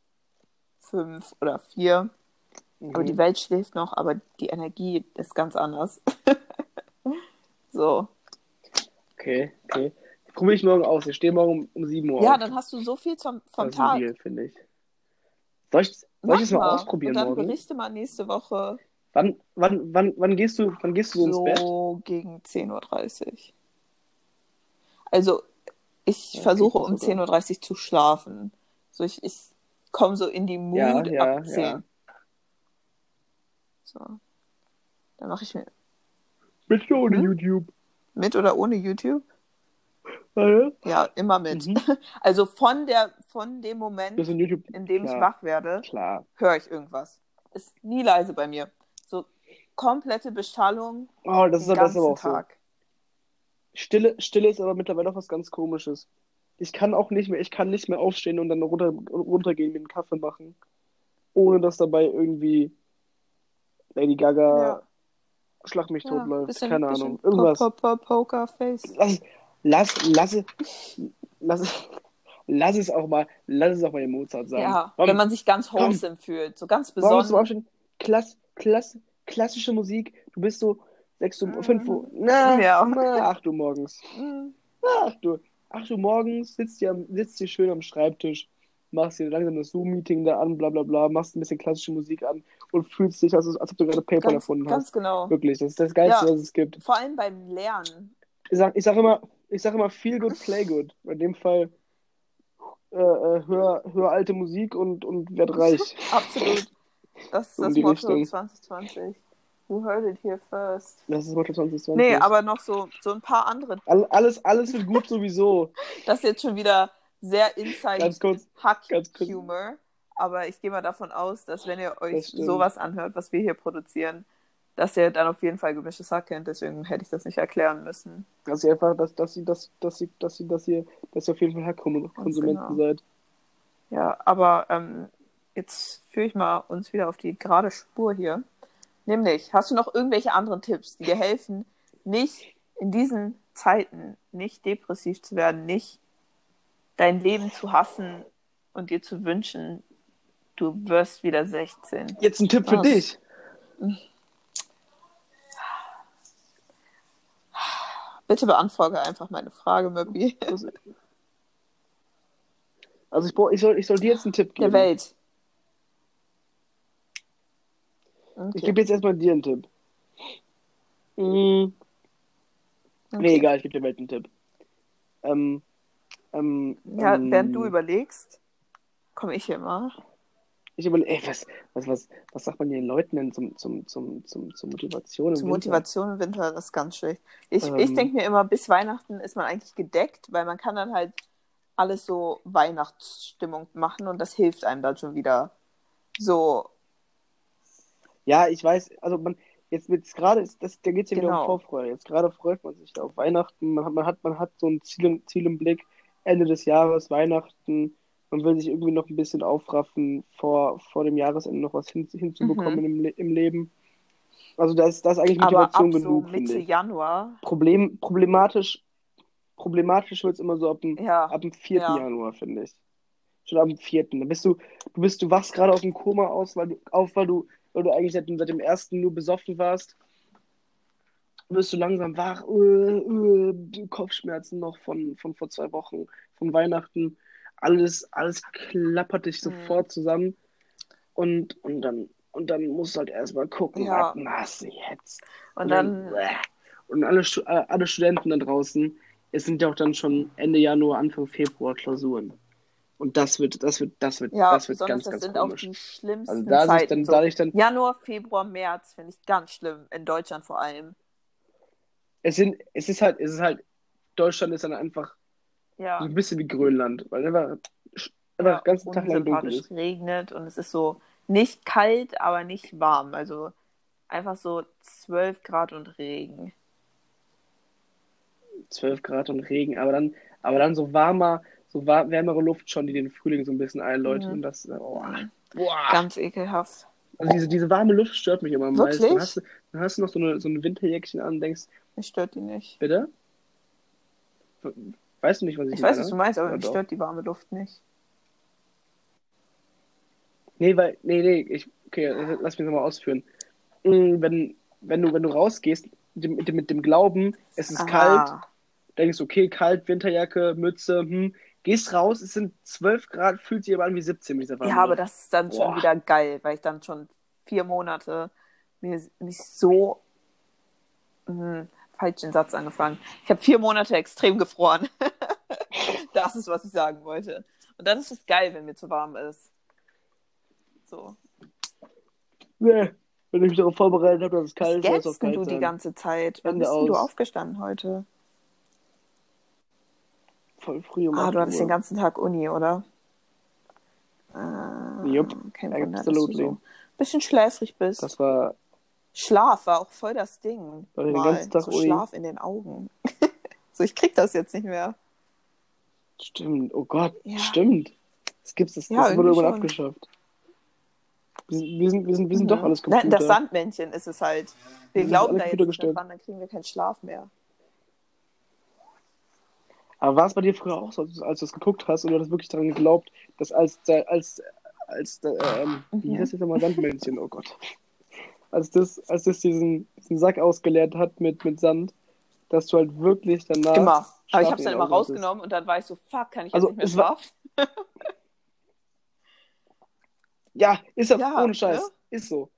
[SPEAKER 1] fünf oder vier. Aber die
[SPEAKER 2] Mhm.
[SPEAKER 1] Welt schläft noch, aber die Energie ist ganz anders. so.
[SPEAKER 2] Okay, okay. Probiere ich morgen aus. Ich stehe morgen um 7 Uhr
[SPEAKER 1] Ja,
[SPEAKER 2] auf.
[SPEAKER 1] dann hast du so viel zum, vom
[SPEAKER 2] das ist ein
[SPEAKER 1] Tag.
[SPEAKER 2] Deal, finde ich. Soll ich, soll
[SPEAKER 1] Mach
[SPEAKER 2] ich das mal ausprobieren
[SPEAKER 1] Und dann
[SPEAKER 2] morgen?
[SPEAKER 1] berichte mal nächste Woche
[SPEAKER 2] Wann, wann, wann, wann gehst du, wann gehst du so ins Bett?
[SPEAKER 1] so gegen 10.30 Uhr. Also, ich
[SPEAKER 2] Ja,
[SPEAKER 1] versuche
[SPEAKER 2] klingt
[SPEAKER 1] um
[SPEAKER 2] gut, oder?
[SPEAKER 1] 10.30 Uhr zu schlafen. So, ich, ich komme so in die Mood
[SPEAKER 2] Ja, ja,
[SPEAKER 1] ab 10.
[SPEAKER 2] ja.
[SPEAKER 1] So. Dann mache ich mir
[SPEAKER 2] Bitte ohne
[SPEAKER 1] Hm?
[SPEAKER 2] YouTube.
[SPEAKER 1] mit oder ohne YouTube?
[SPEAKER 2] Ja, ja.
[SPEAKER 1] Ja, immer mit.
[SPEAKER 2] Mhm.
[SPEAKER 1] Also von der von dem
[SPEAKER 2] Das
[SPEAKER 1] Moment,
[SPEAKER 2] ist YouTube.
[SPEAKER 1] in dem
[SPEAKER 2] klar,
[SPEAKER 1] ich wach werde,
[SPEAKER 2] Klar.
[SPEAKER 1] höre ich irgendwas. Ist nie leise bei mir. So komplette Beschallung
[SPEAKER 2] Oh, das
[SPEAKER 1] den
[SPEAKER 2] ist, das ist aber
[SPEAKER 1] ganzen
[SPEAKER 2] auch so.
[SPEAKER 1] Tag.
[SPEAKER 2] Stille, Stille ist aber mittlerweile auch was ganz Komisches. Ich kann auch nicht mehr, ich kann nicht mehr aufstehen und dann runter, runtergehen, mir einen Kaffee machen, ohne dass dabei irgendwie Lady Gaga
[SPEAKER 1] Ja,
[SPEAKER 2] Schlag mich
[SPEAKER 1] ja.
[SPEAKER 2] tot läuft.
[SPEAKER 1] bisschen,
[SPEAKER 2] Keine
[SPEAKER 1] bisschen
[SPEAKER 2] Ahnung. Irgendwas.
[SPEAKER 1] Po -po -po Pokerface.
[SPEAKER 2] Lass, lass, lass, lass, lass es auch mal, lass es auch mal den Mozart sein.
[SPEAKER 1] Ja,
[SPEAKER 2] Komm,
[SPEAKER 1] wenn man sich ganz
[SPEAKER 2] komm.
[SPEAKER 1] wholesome fühlt, so ganz
[SPEAKER 2] morgens zum
[SPEAKER 1] besonnen.
[SPEAKER 2] Aufstehen, klass, klass, klassische Musik. Du bist so 6 Uhr, 5 Uhr, na,
[SPEAKER 1] Mm, Ja.
[SPEAKER 2] na, 8 Uhr morgens.
[SPEAKER 1] Mm.
[SPEAKER 2] Na, 8 Uhr. 8 Uhr morgens sitzt dir, am- sitzt dir schön am Schreibtisch, machst dir langsam das Zoom-Meeting da an, bla bla bla, machst ein bisschen klassische Musik an und fühlst dich, als, als ob du gerade PayPal
[SPEAKER 1] Ganz,
[SPEAKER 2] erfunden
[SPEAKER 1] ganz
[SPEAKER 2] hast.
[SPEAKER 1] genau.
[SPEAKER 2] Wirklich, das ist das Geilste,
[SPEAKER 1] Ja.
[SPEAKER 2] was es gibt.
[SPEAKER 1] Vor allem beim Lernen.
[SPEAKER 2] Ich sag, ich sag immer, ich sag immer, feel good, play good. In dem Fall äh, äh, hör, hör alte Musik und, und werd reich.
[SPEAKER 1] Absolut. Das ist
[SPEAKER 2] So in
[SPEAKER 1] das
[SPEAKER 2] die
[SPEAKER 1] Motto
[SPEAKER 2] Richtung.
[SPEAKER 1] 2020. You heard it here first.
[SPEAKER 2] Das ist Motto 2020.
[SPEAKER 1] Nee, aber noch so, so ein paar andere.
[SPEAKER 2] All- Alles, alles wird gut sowieso.
[SPEAKER 1] Das ist jetzt schon wieder sehr
[SPEAKER 2] Ganz kurz, ganz kurz.
[SPEAKER 1] Inside-Hack-Humor. Aber ich gehe mal davon aus, dass wenn ihr
[SPEAKER 2] Das
[SPEAKER 1] euch
[SPEAKER 2] stimmt.
[SPEAKER 1] sowas anhört, was wir hier produzieren, dass ihr dann auf jeden Fall gemischtes Hack kennt. Deswegen hätte ich das nicht erklären müssen.
[SPEAKER 2] Dass ihr einfach, dass, dass, sie- dass, dass, sie- dass, sie- dass ihr, dass ihr auf jeden Fall Hackkonsumenten
[SPEAKER 1] Ganz genau.
[SPEAKER 2] seid.
[SPEAKER 1] Ja, aber ähm, jetzt führe ich mal uns wieder auf die gerade Spur hier. Nämlich, hast du noch irgendwelche anderen Tipps, die dir helfen, nicht in diesen Zeiten nicht depressiv zu werden, nicht dein Leben zu hassen und dir zu wünschen, du wirst wieder 16?
[SPEAKER 2] Jetzt ein Tipp für
[SPEAKER 1] Was?
[SPEAKER 2] dich.
[SPEAKER 1] Bitte beantworte einfach meine Frage, Möppi.
[SPEAKER 2] Das- Also ich, brauch, ich, soll, ich soll dir jetzt einen Tipp
[SPEAKER 1] Der
[SPEAKER 2] geben.
[SPEAKER 1] Welt.
[SPEAKER 2] Ich
[SPEAKER 1] Okay.
[SPEAKER 2] gebe jetzt erstmal dir einen Tipp. Mm. Nee,
[SPEAKER 1] okay.
[SPEAKER 2] egal, ich gebe dir Welt einen Tipp. Ähm, ähm,
[SPEAKER 1] Ja,
[SPEAKER 2] ähm,
[SPEAKER 1] während du überlegst, komme ich hier mal.
[SPEAKER 2] Ich überlege, ey, was, was, was, was sagt man den Leuten denn zum, zum, zum, zum, zur Motivation? im
[SPEAKER 1] Zur
[SPEAKER 2] Winter?
[SPEAKER 1] Motivation im Winter, das ist ganz schlecht. Ich, ich
[SPEAKER 2] Ähm.
[SPEAKER 1] denke mir immer, bis Weihnachten ist man eigentlich gedeckt, weil man kann dann halt alles so Weihnachtsstimmung machen und das hilft einem dann schon wieder. So,
[SPEAKER 2] Ja, ich weiß, also man, jetzt wird's gerade, ist- das, da geht's ja wieder um
[SPEAKER 1] Genau.
[SPEAKER 2] Vorfreude. Jetzt gerade freut man sich da auf Weihnachten, man hat, man hat, man hat so ein Ziel im, Ziel im Blick, Ende des Jahres, Weihnachten, man will sich irgendwie noch ein bisschen aufraffen, vor, vor dem Jahresende noch was hin, hinzubekommen im, Le- im Leben. Also da ist, da ist eigentlich
[SPEAKER 1] Mhm. aber ab
[SPEAKER 2] Motivation
[SPEAKER 1] so
[SPEAKER 2] genug, finde
[SPEAKER 1] Mitte
[SPEAKER 2] ich.
[SPEAKER 1] Januar,
[SPEAKER 2] Problem, problematisch, problematisch wird's immer so ab dem,
[SPEAKER 1] ja,
[SPEAKER 2] ab dem 4.
[SPEAKER 1] Ja.
[SPEAKER 2] Januar, finde ich. Schon ab dem 4. Dann bist du, du bist, du wachst gerade aus dem Koma aus, weil du, auf, weil du, weil du eigentlich seit, dem- seit dem ersten nur besoffen warst. Wirst du langsam wach, äh, äh, Kopfschmerzen noch von, von vor zwei Wochen, von Weihnachten. Alles, alles klappert dich
[SPEAKER 1] Mhm.
[SPEAKER 2] sofort zusammen. Und, und dann, und dann musst du halt erstmal gucken,
[SPEAKER 1] Ja.
[SPEAKER 2] was machst du jetzt?
[SPEAKER 1] und dann,
[SPEAKER 2] äh, und alle, Stu- äh, alle Studenten da draußen, es sind ja auch dann schon Ende Januar, Anfang Februar Klausuren. Und das wird, das wird, das wird,
[SPEAKER 1] ja,
[SPEAKER 2] äh, das wird
[SPEAKER 1] besonders
[SPEAKER 2] ganz,
[SPEAKER 1] das
[SPEAKER 2] ganz
[SPEAKER 1] sind auch
[SPEAKER 2] komisch.
[SPEAKER 1] die schlimmsten
[SPEAKER 2] Also da ist
[SPEAKER 1] Zeiten.
[SPEAKER 2] ich dann,
[SPEAKER 1] so.
[SPEAKER 2] da ich dann,
[SPEAKER 1] Januar, Februar, März finde ich ganz schlimm, in Deutschland vor allem.
[SPEAKER 2] es sind, es ist halt, es ist halt, Deutschland ist dann einfach so
[SPEAKER 1] Ja,
[SPEAKER 2] ein bisschen wie Grönland, weil einfach, sch- einfach
[SPEAKER 1] ja
[SPEAKER 2] den ganzen Tag lang dunkel
[SPEAKER 1] unsympathisch
[SPEAKER 2] ist.
[SPEAKER 1] regnet und es ist so nicht kalt, aber nicht warm. Also einfach so 12 Grad und Regen.
[SPEAKER 2] 12 Grad und Regen, aber dann, aber dann so warmer, so war- wärmere Luft schon, die den Frühling so ein bisschen einläutet
[SPEAKER 1] Mhm.
[SPEAKER 2] und das, oh, boah,
[SPEAKER 1] Ganz ekelhaft.
[SPEAKER 2] Also diese, diese warme Luft stört mich immer am meisten. Dann
[SPEAKER 1] Wirklich?
[SPEAKER 2] hast, du, dann hast du noch so, eine, so ein Winterjäckchen an und denkst,
[SPEAKER 1] Mich stört die nicht.
[SPEAKER 2] bitte? Weißt du nicht, was ich,
[SPEAKER 1] Ich
[SPEAKER 2] meine?
[SPEAKER 1] weiß, was du meinst, aber
[SPEAKER 2] Ja,
[SPEAKER 1] mich
[SPEAKER 2] doch.
[SPEAKER 1] stört die warme Luft nicht.
[SPEAKER 2] Nee, weil, nee, nee, ich, okay, lass mich nochmal ausführen. Mm, Wenn, wenn du, wenn du rausgehst, mit dem, mit dem- mit dem Glauben, es ist kalt,
[SPEAKER 1] Ah,
[SPEAKER 2] denkst, okay, kalt, Winterjacke, Mütze, hm, gehst raus, es sind 12 Grad, fühlt sich aber an wie 17, wie dieser
[SPEAKER 1] Ja, aber das ist dann schon
[SPEAKER 2] Boah.
[SPEAKER 1] wieder geil, weil ich dann schon vier Monate mir, mich so. Hm, falschen Satz angefangen. Ich habe vier Monate extrem gefroren. das ist, was ich sagen wollte. Und dann ist es geil, wenn mir zu warm ist. So.
[SPEAKER 2] Nee, wenn ich mich darauf vorbereitet habe, dass es
[SPEAKER 1] Was
[SPEAKER 2] kalt ist, soll es auch
[SPEAKER 1] gähnst denn
[SPEAKER 2] kalt
[SPEAKER 1] du die
[SPEAKER 2] sein.
[SPEAKER 1] ganze Zeit? Wann
[SPEAKER 2] Hände
[SPEAKER 1] bist denn du
[SPEAKER 2] aus.
[SPEAKER 1] aufgestanden heute?
[SPEAKER 2] Voll früh um
[SPEAKER 1] Ah, du
[SPEAKER 2] 8
[SPEAKER 1] hattest
[SPEAKER 2] Uhr.
[SPEAKER 1] den ganzen Tag Uni, oder? Äh,
[SPEAKER 2] Jupp,
[SPEAKER 1] kein Wunder, dass du
[SPEAKER 2] absolutely.
[SPEAKER 1] so ein bisschen schläfrig bist.
[SPEAKER 2] Das war,
[SPEAKER 1] Schlaf war auch voll das Ding.
[SPEAKER 2] War den
[SPEAKER 1] Mal
[SPEAKER 2] ganzen Tag
[SPEAKER 1] so
[SPEAKER 2] Uni.
[SPEAKER 1] Schlaf in den Augen. so, ich krieg das jetzt nicht mehr.
[SPEAKER 2] stimmt, oh Gott,
[SPEAKER 1] Ja.
[SPEAKER 2] stimmt. Das gibt's, das,
[SPEAKER 1] Ja,
[SPEAKER 2] das wurde
[SPEAKER 1] irgendwie
[SPEAKER 2] irgendwann
[SPEAKER 1] schon.
[SPEAKER 2] abgeschafft. Wir sind, wir sind, wir sind, wir sind
[SPEAKER 1] Mhm.
[SPEAKER 2] doch alles Computer.
[SPEAKER 1] Nein, das Sandmännchen ist es halt. Wir
[SPEAKER 2] Wir sind
[SPEAKER 1] glauben
[SPEAKER 2] alle
[SPEAKER 1] da jetzt nicht mehr
[SPEAKER 2] computergestellt.
[SPEAKER 1] dran, dann kriegen wir keinen Schlaf mehr.
[SPEAKER 2] Aber war es bei dir früher auch so, als du es geguckt hast und du hast wirklich daran geglaubt, dass als der- als als der, ähm, wie
[SPEAKER 1] Mhm.
[SPEAKER 2] hieß das jetzt nochmal Sandmännchen, oh Gott. Als das, als das diesen, diesen Sack ausgeleert hat mit, mit Sand, dass du halt wirklich danach.
[SPEAKER 1] Immer. Aber ich
[SPEAKER 2] Schlaf
[SPEAKER 1] hab's dann
[SPEAKER 2] in den
[SPEAKER 1] immer
[SPEAKER 2] Augen hattest.
[SPEAKER 1] rausgenommen und dann war ich so, fuck, kann ich jetzt
[SPEAKER 2] Also,
[SPEAKER 1] nicht mehr
[SPEAKER 2] es war-
[SPEAKER 1] schlafen?
[SPEAKER 2] Ja, ist ja,
[SPEAKER 1] Ja,
[SPEAKER 2] ohne Scheiß.
[SPEAKER 1] ne?
[SPEAKER 2] Ist so.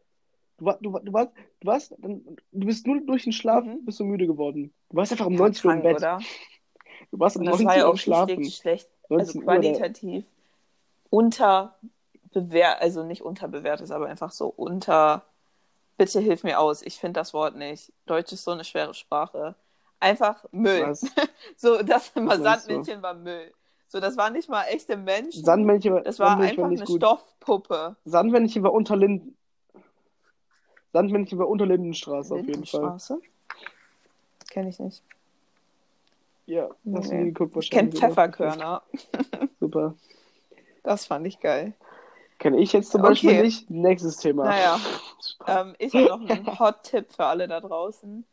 [SPEAKER 2] Du, war, du, war- du, warst, du, warst, dann, du bist nur durch den Schlaf
[SPEAKER 1] Mhm.
[SPEAKER 2] bist du müde geworden. Du warst einfach um
[SPEAKER 1] Ja,
[SPEAKER 2] 19 Uhr im
[SPEAKER 1] krank,
[SPEAKER 2] Bett.
[SPEAKER 1] oder?
[SPEAKER 2] Du warst um
[SPEAKER 1] Und das war
[SPEAKER 2] 19
[SPEAKER 1] ja
[SPEAKER 2] Uhr
[SPEAKER 1] auch
[SPEAKER 2] am Schlafen.
[SPEAKER 1] richtig schlecht.
[SPEAKER 2] 19
[SPEAKER 1] Also
[SPEAKER 2] Uhr, oder?
[SPEAKER 1] qualitativ unterbewertet, also nicht unterbewertet, aber einfach so unter. Bitte hilf mir aus, ich finde das Wort nicht. Deutsch ist so eine schwere Sprache. Einfach Müll.
[SPEAKER 2] Was?
[SPEAKER 1] So, das immer
[SPEAKER 2] meinst du?
[SPEAKER 1] Sandmännchen war Müll. So, das waren nicht mal echte Menschen.
[SPEAKER 2] Sandmännchen war,
[SPEAKER 1] das war
[SPEAKER 2] Sandmännchen
[SPEAKER 1] einfach
[SPEAKER 2] war
[SPEAKER 1] eine
[SPEAKER 2] nicht gut.
[SPEAKER 1] Stoffpuppe.
[SPEAKER 2] Sandmännchen war unter Linden. Sandmännchen war unter Lindenstraße auf jeden Fall.
[SPEAKER 1] Lindenstraße? Kenne ich nicht.
[SPEAKER 2] Ja, hast du
[SPEAKER 1] Nee.
[SPEAKER 2] nie geguckt
[SPEAKER 1] Ich kenne
[SPEAKER 2] wahrscheinlich. oder?
[SPEAKER 1] Pfefferkörner.
[SPEAKER 2] Super.
[SPEAKER 1] Das fand ich geil.
[SPEAKER 2] Kenne ich jetzt zum
[SPEAKER 1] Okay.
[SPEAKER 2] Beispiel nicht. Nächstes Thema.
[SPEAKER 1] Naja. Ähm, ich habe noch einen Hot-Tipp für alle da draußen.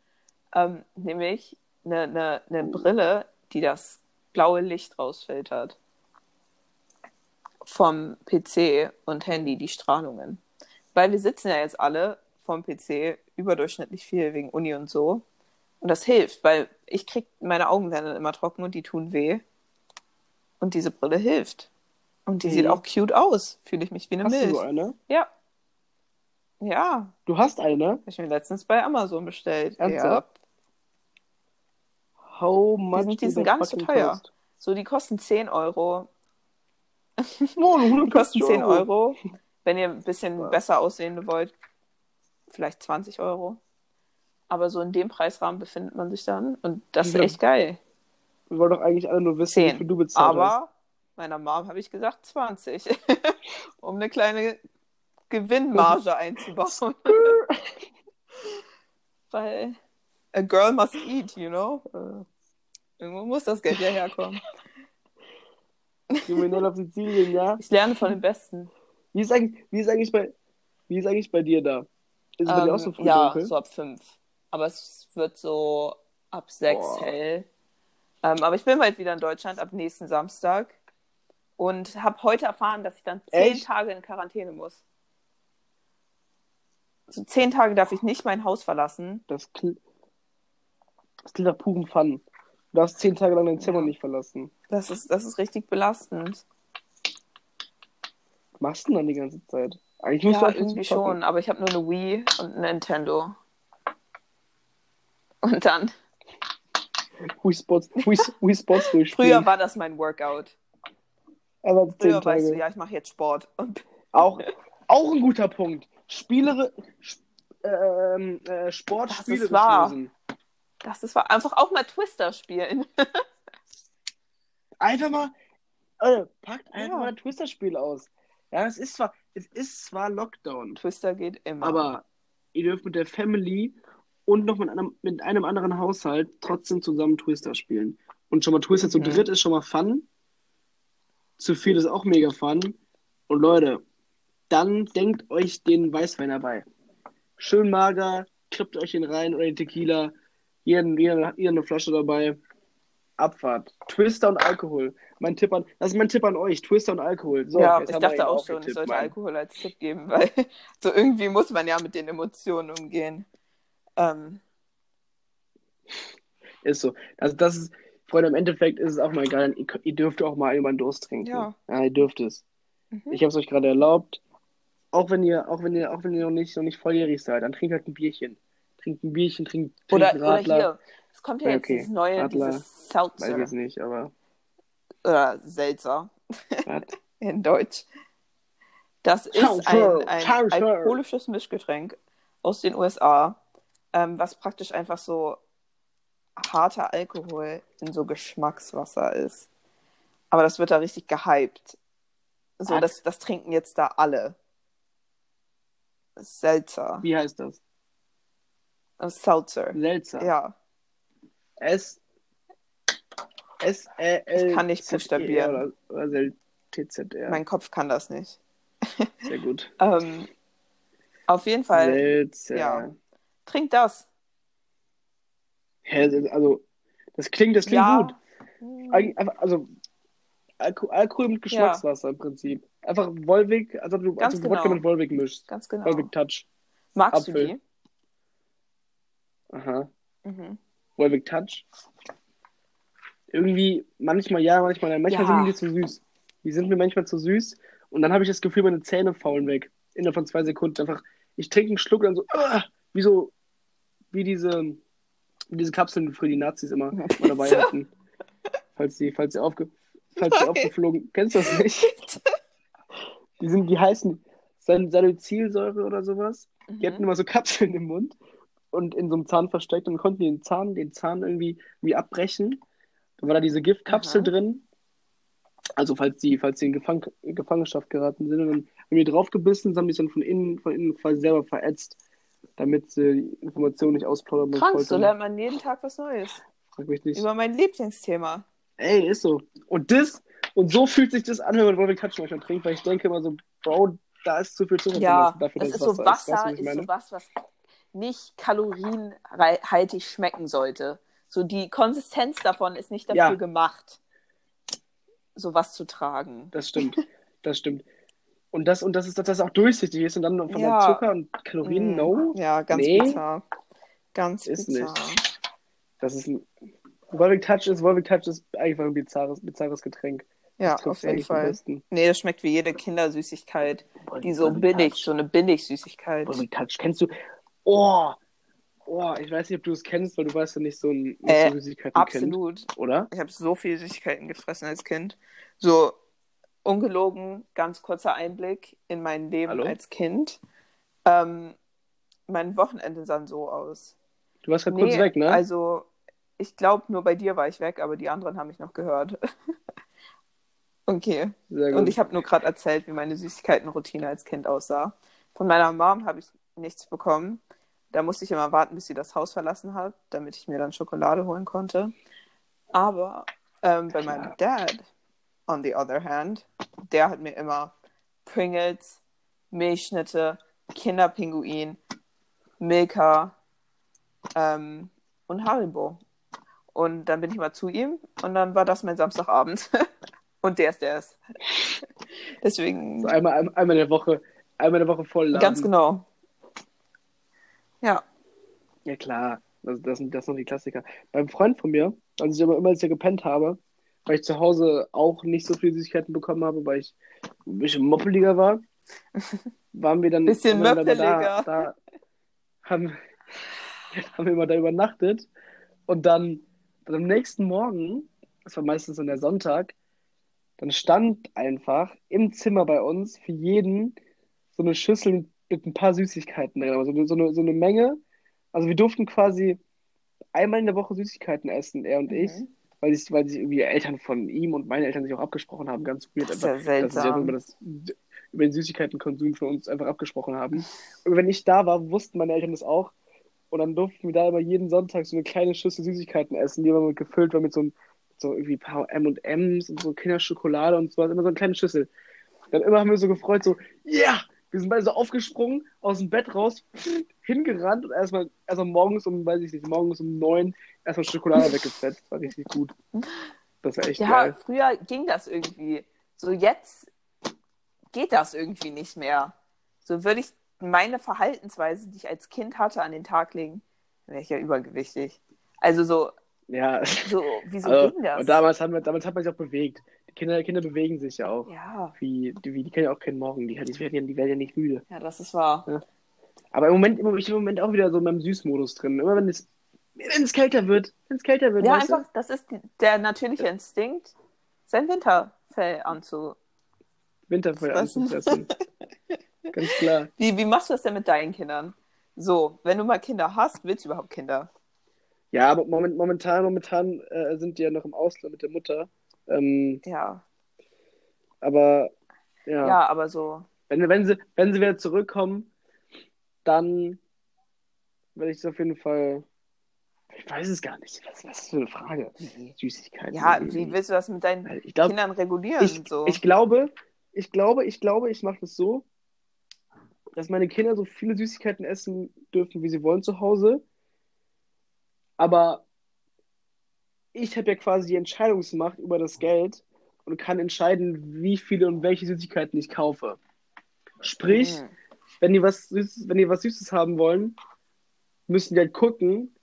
[SPEAKER 1] Ähm, nämlich eine, eine, eine Brille, die das blaue Licht rausfiltert. Vom PC und Handy, die Strahlungen. Weil wir sitzen ja jetzt alle vom PC überdurchschnittlich viel wegen Uni und so. Und das hilft, weil ich krieg meine Augen werden immer trocken und die tun weh. Und diese Brille hilft. Und die
[SPEAKER 2] Mhm.
[SPEAKER 1] sieht auch cute aus. Fühle ich mich wie eine
[SPEAKER 2] Hast du
[SPEAKER 1] Milch.
[SPEAKER 2] so eine?
[SPEAKER 1] Ja. Ja,
[SPEAKER 2] Du hast eine?
[SPEAKER 1] habe ich mir letztens bei Amazon bestellt. Ja.
[SPEAKER 2] Ernsthaft? How much
[SPEAKER 1] sind- die
[SPEAKER 2] do
[SPEAKER 1] sind
[SPEAKER 2] they
[SPEAKER 1] gar nicht so
[SPEAKER 2] fucking
[SPEAKER 1] teuer.
[SPEAKER 2] cost?
[SPEAKER 1] So, die kosten 10 Euro.
[SPEAKER 2] Oh,
[SPEAKER 1] Die kosten
[SPEAKER 2] 150
[SPEAKER 1] 10 Euro. Wenn ihr ein bisschen
[SPEAKER 2] Wow.
[SPEAKER 1] besser aussehen wollt, vielleicht 20 Euro. Aber so in dem Preisrahmen befindet man sich dann. Und das ist
[SPEAKER 2] Ja.
[SPEAKER 1] echt geil.
[SPEAKER 2] Wir wollen doch eigentlich alle nur wissen, wie viel
[SPEAKER 1] 10.
[SPEAKER 2] du bezahlt hast.
[SPEAKER 1] Aber meiner Mom habe ich gesagt 20. um eine kleine Gewinnmarge einzubauen. Weil a girl must eat, you know?
[SPEAKER 2] Äh,
[SPEAKER 1] Irgendwo muss das Geld ja herkommen.
[SPEAKER 2] Kriminell auf Sizilien, ja?
[SPEAKER 1] Ich lerne von den Besten.
[SPEAKER 2] Wie ist eigentlich, wie ist eigentlich, bei, wie ist eigentlich bei dir da? Ist es bei dir auch so früh
[SPEAKER 1] Ähm, ja,
[SPEAKER 2] dunkel?
[SPEAKER 1] so ab fünf. Aber es wird so ab sechs
[SPEAKER 2] Boah.
[SPEAKER 1] hell. Ähm, aber ich bin bald wieder in Deutschland ab nächsten Samstag und habe heute erfahren, dass ich dann zehn
[SPEAKER 2] Echt?
[SPEAKER 1] Tage in Quarantäne muss. So zehn Tage darf ich nicht mein Haus verlassen.
[SPEAKER 2] Das, kl das klingt nach purem Fun. Du darfst zehn Tage lang dein Zimmer
[SPEAKER 1] Ja.
[SPEAKER 2] nicht verlassen.
[SPEAKER 1] Das ist, das ist richtig belastend.
[SPEAKER 2] Was machst du denn dann die ganze Zeit? Eigentlich musst du
[SPEAKER 1] Ja,
[SPEAKER 2] einfach
[SPEAKER 1] irgendwie
[SPEAKER 2] zocken.
[SPEAKER 1] schon, aber ich habe nur eine Wii und ein Nintendo. Und dann,
[SPEAKER 2] Wii Sports, Wii, Wii Sports durchspielen.
[SPEAKER 1] früher war das mein Workout.
[SPEAKER 2] Aber zehn
[SPEAKER 1] Früher
[SPEAKER 2] Tage.
[SPEAKER 1] weißt du, ja, ich mache jetzt Sport. Und
[SPEAKER 2] auch, auch ein guter Punkt. Spielere, sp ähm, äh, Sport
[SPEAKER 1] Das ist
[SPEAKER 2] spielerisch
[SPEAKER 1] wahr.
[SPEAKER 2] lösen.
[SPEAKER 1] das ist wahr. einfach auch mal Twister spielen.
[SPEAKER 2] Einfach mal, äh, packt einfach
[SPEAKER 1] Ja.
[SPEAKER 2] mal ein Twister-Spiel aus. Ja, es ist zwar, es ist zwar Lockdown,
[SPEAKER 1] Twister geht immer.
[SPEAKER 2] aber ihr dürft mit der Family und noch mit einem, mit einem anderen Haushalt trotzdem zusammen Twister spielen. Und schon mal Twister zu
[SPEAKER 1] Mhm.
[SPEAKER 2] dritt ist schon mal Fun. Zu viel ist auch mega Fun. Und Leute, dann denkt euch den Weißwein dabei. Schön mager, krippt euch den rein oder den Tequila, jeden, jeden, jeden eine Flasche dabei. Abfahrt. Twister und Alkohol. Mein Tipp an, das ist mein Tipp an euch. Twister und Alkohol. So,
[SPEAKER 1] ja,
[SPEAKER 2] jetzt
[SPEAKER 1] ich
[SPEAKER 2] haben wir ihn
[SPEAKER 1] dachte auch schon, ich
[SPEAKER 2] aufgetippt,
[SPEAKER 1] sollte
[SPEAKER 2] Mann.
[SPEAKER 1] Alkohol als Tipp geben, weil so irgendwie muss man ja mit den Emotionen umgehen. Ähm,
[SPEAKER 2] Ist so. Also das ist, Freunde, im Endeffekt ist es auch mal egal. Ihr, könnt- ihr dürft auch mal über einen Durst trinken.
[SPEAKER 1] Ja.
[SPEAKER 2] ihr dürft es.
[SPEAKER 1] Mhm.
[SPEAKER 2] Ich habe es euch gerade erlaubt. Auch wenn ihr, auch wenn ihr, auch wenn ihr noch nicht, noch nicht volljährig seid, dann trinkt halt ein Bierchen. Trinkt ein Bierchen, trinkt, trinkt
[SPEAKER 1] oder,
[SPEAKER 2] einen
[SPEAKER 1] oder
[SPEAKER 2] Radler.
[SPEAKER 1] hier, es kommt ja
[SPEAKER 2] Ja,
[SPEAKER 1] jetzt
[SPEAKER 2] okay.
[SPEAKER 1] dieses neue,
[SPEAKER 2] Radler.
[SPEAKER 1] dieses
[SPEAKER 2] Weiß ich
[SPEAKER 1] Seltzer
[SPEAKER 2] jetzt nicht, aber
[SPEAKER 1] oder Seltzer
[SPEAKER 2] was?
[SPEAKER 1] in Deutsch. Das ist
[SPEAKER 2] Seltzer,
[SPEAKER 1] ein, ein
[SPEAKER 2] Seltzer.
[SPEAKER 1] alkoholisches Mischgetränk aus den USA, ähm, was praktisch einfach so harter Alkohol in so Geschmackswasser ist. Aber das wird da richtig gehypt. So,
[SPEAKER 2] Was?
[SPEAKER 1] das, das trinken jetzt da alle. Seltzer.
[SPEAKER 2] wie heißt das?
[SPEAKER 1] Äh, Seltzer.
[SPEAKER 2] Seltzer.
[SPEAKER 1] Ja.
[SPEAKER 2] S S L L
[SPEAKER 1] Ich kann nicht
[SPEAKER 2] Z E R
[SPEAKER 1] buchstabieren.
[SPEAKER 2] Oder, oder Sel- T Z E, R.
[SPEAKER 1] mein Kopf kann das nicht.
[SPEAKER 2] Sehr gut.
[SPEAKER 1] Ähm, auf jeden Fall,
[SPEAKER 2] Seltzer.
[SPEAKER 1] ja. trink das.
[SPEAKER 2] Hä, das- also das klingt, das klingt
[SPEAKER 1] ja.
[SPEAKER 2] gut. Eig- einfach- Also Alko Alkohol mit Geschmackswasser im Prinzip. Einfach Wolwig, als ob du,
[SPEAKER 1] Ganz
[SPEAKER 2] als ob du Wodka
[SPEAKER 1] genau.
[SPEAKER 2] mit Wolwig mischst.
[SPEAKER 1] Ganz genau.
[SPEAKER 2] Wolwig Touch.
[SPEAKER 1] Magst du
[SPEAKER 2] Also, Apfel.
[SPEAKER 1] die?
[SPEAKER 2] Aha.
[SPEAKER 1] Mhm.
[SPEAKER 2] Wolwig Touch. Irgendwie, manchmal ja, manchmal nein. Manchmal
[SPEAKER 1] Ja.
[SPEAKER 2] sind die mir zu süß. Die sind mir manchmal zu süß. Und dann habe ich das Gefühl, meine Zähne faulen weg. Innerhalb von zwei Sekunden. Einfach, ich trinke einen Schluck und dann so, ah, wie so, wie diese, wie diese Kapseln, die früher die Nazis immer mal dabei
[SPEAKER 1] Bitte.
[SPEAKER 2] hatten. Falls die, falls sie aufge, falls die
[SPEAKER 1] Nein.
[SPEAKER 2] aufgeflogen, kennst du das nicht? Die sind, die heißen San- Salicylsäure oder sowas. Die hatten
[SPEAKER 1] Mhm.
[SPEAKER 2] immer so Kapseln im Mund und in so einem Zahn versteckt und konnten den Zahn, den Zahn irgendwie, irgendwie abbrechen. Da war da diese Giftkapsel
[SPEAKER 1] Aha.
[SPEAKER 2] drin. Also falls die, falls die in Gefang Gefangenschaft geraten sind und dann haben die draufgebissen, haben die es dann von innen, von innen quasi selber verätzt, damit sie die Information nicht ausplaudern und
[SPEAKER 1] Krank, so
[SPEAKER 2] foltern.
[SPEAKER 1] lernt man jeden Tag was Neues.
[SPEAKER 2] Frag mich nicht.
[SPEAKER 1] Über mein Lieblingsthema.
[SPEAKER 2] Ey, ist so. Und das, und so fühlt sich das an, wenn man Wolfgang Katschen manchmal trinkt, weil ich denke immer so, Bro, da ist zu viel Zucker
[SPEAKER 1] Ja,
[SPEAKER 2] drin, dafür,
[SPEAKER 1] das
[SPEAKER 2] dass
[SPEAKER 1] ist so
[SPEAKER 2] es
[SPEAKER 1] Wasser,
[SPEAKER 2] Weißt du, was ich
[SPEAKER 1] ist
[SPEAKER 2] meine?
[SPEAKER 1] so was, was nicht kalorienhaltig schmecken sollte. So die Konsistenz davon ist nicht dafür
[SPEAKER 2] Ja.
[SPEAKER 1] gemacht, sowas zu tragen.
[SPEAKER 2] Das stimmt. Das stimmt. Und das, und das ist, dass das auch durchsichtig ist und dann von
[SPEAKER 1] Ja.
[SPEAKER 2] der Zucker und Kalorien,
[SPEAKER 1] Mm,
[SPEAKER 2] no.
[SPEAKER 1] Ja, ganz
[SPEAKER 2] Nee.
[SPEAKER 1] bizarr. Ganz
[SPEAKER 2] Ist
[SPEAKER 1] bizarr.
[SPEAKER 2] Das ist ein. Wolfgang Touch ist, Wolfgang Touch ist einfach ein bizarres, bizarres Getränk.
[SPEAKER 1] Ja,
[SPEAKER 2] Das trifft's
[SPEAKER 1] auf jeden
[SPEAKER 2] eigentlich am
[SPEAKER 1] Fall.
[SPEAKER 2] besten.
[SPEAKER 1] Nee, das schmeckt wie jede Kindersüßigkeit, die so
[SPEAKER 2] Wolfgang
[SPEAKER 1] billig,
[SPEAKER 2] Touch.
[SPEAKER 1] so eine Billigsüßigkeit.
[SPEAKER 2] Wolfgang Touch, kennst du? Oh! Oh, ich weiß nicht, ob du es kennst, weil du weißt ja nicht so ein nicht
[SPEAKER 1] Äh,
[SPEAKER 2] so Süßigkeiten
[SPEAKER 1] Absolut.
[SPEAKER 2] kennt, oder?
[SPEAKER 1] Ich habe so viel Süßigkeiten gefressen als Kind. So ungelogen, ganz kurzer Einblick in mein Leben
[SPEAKER 2] Hallo?
[SPEAKER 1] als Kind. Ähm, mein Wochenende sahen so aus.
[SPEAKER 2] Du warst gerade kurz weg, ne?
[SPEAKER 1] Also, ich glaube, nur bei dir war ich weg, aber die anderen haben mich noch gehört. okay.
[SPEAKER 2] Sehr gut.
[SPEAKER 1] Und ich habe nur gerade erzählt, wie meine Süßigkeitenroutine als Kind aussah. Von meiner Mom habe ich nichts bekommen. Da musste ich immer warten, bis sie das Haus verlassen hat, damit ich mir dann Schokolade holen konnte. Aber ähm, bei meinem Dad, on the other hand, der hat mir immer Pringles, Milchschnitte, Kinderpinguin, Milka ähm, und Haribo. Und dann bin ich mal zu ihm und dann war das mein Samstagabend. und der ist der ist. Deswegen,
[SPEAKER 2] So einmal, einmal, einmal in der Woche, einmal in der Woche voll laden.
[SPEAKER 1] ganz genau. Ja.
[SPEAKER 2] Ja klar, das, das, sind, das sind die Klassiker. Beim Freund von mir, als ich aber immer als ich gepennt habe, weil ich zu Hause auch nicht so viele Süßigkeiten bekommen habe, weil ich ein bisschen moppeliger war, waren wir dann,
[SPEAKER 1] Bisschen
[SPEAKER 2] haben wir dann aber
[SPEAKER 1] möppeliger.
[SPEAKER 2] da, da haben, haben wir immer da übernachtet und dann, dann am nächsten Morgen, das war meistens dann der Sonntag, dann stand einfach im Zimmer bei uns für jeden so eine Schüssel mit ein paar Süßigkeiten drin, aber so, eine- so, eine, so eine Menge. Also wir durften quasi einmal in der Woche Süßigkeiten essen, er und ich,
[SPEAKER 1] Mhm.
[SPEAKER 2] weil sich weil sich irgendwie Eltern von ihm und meine Eltern sich auch abgesprochen haben, ganz weird.
[SPEAKER 1] Das ist ja
[SPEAKER 2] einfach, dass sie sich
[SPEAKER 1] seltsam.
[SPEAKER 2] einfach über, das, über den Süßigkeitenkonsum von uns einfach abgesprochen haben. Und wenn ich da war, wussten meine Eltern das auch. Und dann durften wir da immer jeden Sonntag so eine kleine Schüssel Süßigkeiten essen, die immer mit gefüllt war mit so, einem, so irgendwie ein paar M&M's und so Kinderschokolade und so was, immer so eine kleine Schüssel. Dann immer haben wir so gefreut, so, ja, Wir sind beide so aufgesprungen, aus dem Bett raus, hingerannt und erstmal, erstmal morgens um, weiß ich nicht, morgens um neun erstmal Schokolade weggefetzt. War richtig gut. Das war echt
[SPEAKER 1] Ja,
[SPEAKER 2] geil.
[SPEAKER 1] früher ging das irgendwie. So jetzt geht das irgendwie nicht mehr. So würde ich meine Verhaltensweise, die ich als Kind hatte, an den Tag legen, wäre ich ja übergewichtig. Also so,
[SPEAKER 2] Ja.
[SPEAKER 1] so wieso
[SPEAKER 2] Also,
[SPEAKER 1] ging das?
[SPEAKER 2] Und damals, haben wir, damals hat man sich auch bewegt. Die Kinder, Kinder bewegen sich ja auch.
[SPEAKER 1] ja,
[SPEAKER 2] Wie, die, wie, die kennen ja auch keinen Morgen. Die, die, werden ja, die werden ja nicht müde.
[SPEAKER 1] ja, das ist wahr.
[SPEAKER 2] Aber im Moment, immer, ich bin im Moment auch wieder so in meinem Süßmodus drin. Immer wenn es, wenn es kälter wird, wenn es kälter wird,
[SPEAKER 1] Ja,
[SPEAKER 2] weißt du?
[SPEAKER 1] einfach, das ist die, der natürliche Instinkt, sein Winterfell anzu.
[SPEAKER 2] Winterfell
[SPEAKER 1] Fressen.
[SPEAKER 2] anzufressen. Ganz klar.
[SPEAKER 1] Wie, wie machst du das denn mit deinen Kindern? So, wenn du mal Kinder hast, willst du überhaupt Kinder?
[SPEAKER 2] Ja, aber moment, momentan, momentan äh, sind die ja noch im Ausland mit der Mutter. Ähm,
[SPEAKER 1] Ja,
[SPEAKER 2] aber
[SPEAKER 1] ja,
[SPEAKER 2] ja,
[SPEAKER 1] aber so.
[SPEAKER 2] Wenn, wenn, sie, wenn sie wieder zurückkommen, dann werde ich es auf jeden Fall. Ich weiß es gar nicht. Was, was ist für eine Frage? Süßigkeiten.
[SPEAKER 1] Ja, wie willst du das mit deinen
[SPEAKER 2] ich glaube,
[SPEAKER 1] Kindern regulieren?
[SPEAKER 2] ich,
[SPEAKER 1] so.
[SPEAKER 2] ich glaube, ich glaube, ich glaube, ich mache das so, dass meine Kinder so viele Süßigkeiten essen dürfen, wie sie wollen zu Hause. Aber ich habe ja quasi die Entscheidungsmacht über das Geld und kann entscheiden, wie viele und welche Süßigkeiten ich kaufe. Sprich,
[SPEAKER 1] Hm.
[SPEAKER 2] wenn die was Süßes, wenn die was Süßes haben wollen, müssen die halt gucken,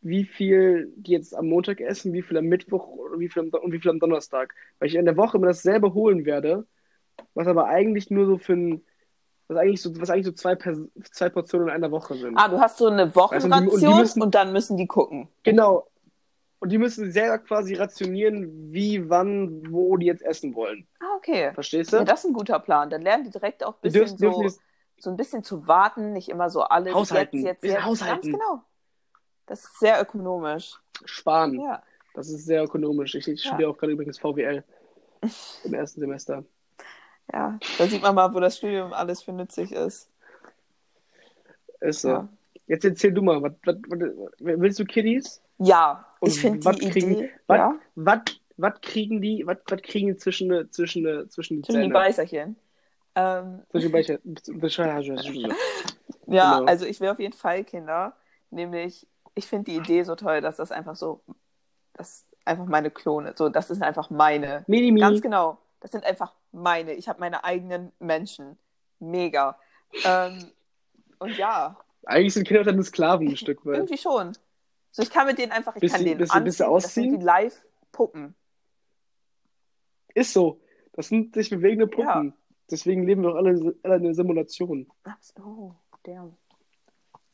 [SPEAKER 2] wie viel die jetzt am Montag essen, wie viel am Mittwoch oder wie viel am, Don- und wie viel am Donnerstag. Weil ich in der Woche mir dasselbe holen werde, was aber eigentlich nur so für ein, was eigentlich so, was eigentlich so zwei, Pers zwei Portionen in einer Woche sind.
[SPEAKER 1] Ah, du hast so eine
[SPEAKER 2] Weißt du, und Also, die- und die
[SPEAKER 1] Wochenration und,
[SPEAKER 2] müssen-
[SPEAKER 1] dann müssen die gucken.
[SPEAKER 2] Genau. Und die müssen selber quasi rationieren, wie, wann, wo die jetzt essen wollen.
[SPEAKER 1] Ah, okay.
[SPEAKER 2] Verstehst du?
[SPEAKER 1] Ja, das ist ein guter Plan. Dann lernen die direkt auch ein
[SPEAKER 2] die
[SPEAKER 1] bisschen
[SPEAKER 2] dürfen, dürfen
[SPEAKER 1] so,
[SPEAKER 2] jetzt,
[SPEAKER 1] so ein bisschen zu warten, nicht immer so alles
[SPEAKER 2] Haushalten.
[SPEAKER 1] jetzt, jetzt,
[SPEAKER 2] Bisschen
[SPEAKER 1] jetzt.
[SPEAKER 2] haushalten.
[SPEAKER 1] Ganz genau. Das ist sehr ökonomisch.
[SPEAKER 2] sparen.
[SPEAKER 1] Ja.
[SPEAKER 2] Das ist sehr ökonomisch. Ich, ich
[SPEAKER 1] Ja.
[SPEAKER 2] studiere auch gerade übrigens VWL im ersten Semester.
[SPEAKER 1] Ja, da sieht man mal, wo das Studium alles für nützlich ist.
[SPEAKER 2] Ist so.
[SPEAKER 1] Ja,
[SPEAKER 2] Jetzt erzähl du mal, was, was, was, willst du Kiddies?
[SPEAKER 1] ja
[SPEAKER 2] Und
[SPEAKER 1] ich finde
[SPEAKER 2] was
[SPEAKER 1] die
[SPEAKER 2] kriegen-
[SPEAKER 1] Idee,
[SPEAKER 2] was-
[SPEAKER 1] ja,
[SPEAKER 2] Was, was kriegen die, was, was kriegen die zwischen, zwischen, zwischen die
[SPEAKER 1] zwischen die
[SPEAKER 2] Zähne?
[SPEAKER 1] Beißerchen. Ähm,
[SPEAKER 2] Zwischen die Becher. Zwischen-
[SPEAKER 1] ja,
[SPEAKER 2] Genau.
[SPEAKER 1] also ich will auf jeden Fall Kinder. Nämlich, ich finde die Idee so toll, dass das einfach so, das einfach meine Klone, so, das sind einfach meine.
[SPEAKER 2] Mini,
[SPEAKER 1] Ganz
[SPEAKER 2] mini.
[SPEAKER 1] genau. Das sind einfach meine. Ich habe meine eigenen Menschen. Mega. Ähm, und ja,
[SPEAKER 2] Eigentlich sind Kinder dann Sklaven ein Stück weit.
[SPEAKER 1] irgendwie schon. So, ich kann mit denen einfach, ich
[SPEAKER 2] Bisschen-
[SPEAKER 1] kann denen
[SPEAKER 2] bisschen- bisschen
[SPEAKER 1] anziehen, das sind
[SPEAKER 2] ausziehen?
[SPEAKER 1] wie Live-Puppen.
[SPEAKER 2] Ist so. Das sind sich bewegende Puppen. Deswegen leben wir auch alle, alle in einer Simulation.
[SPEAKER 1] Abs- Oh, damn.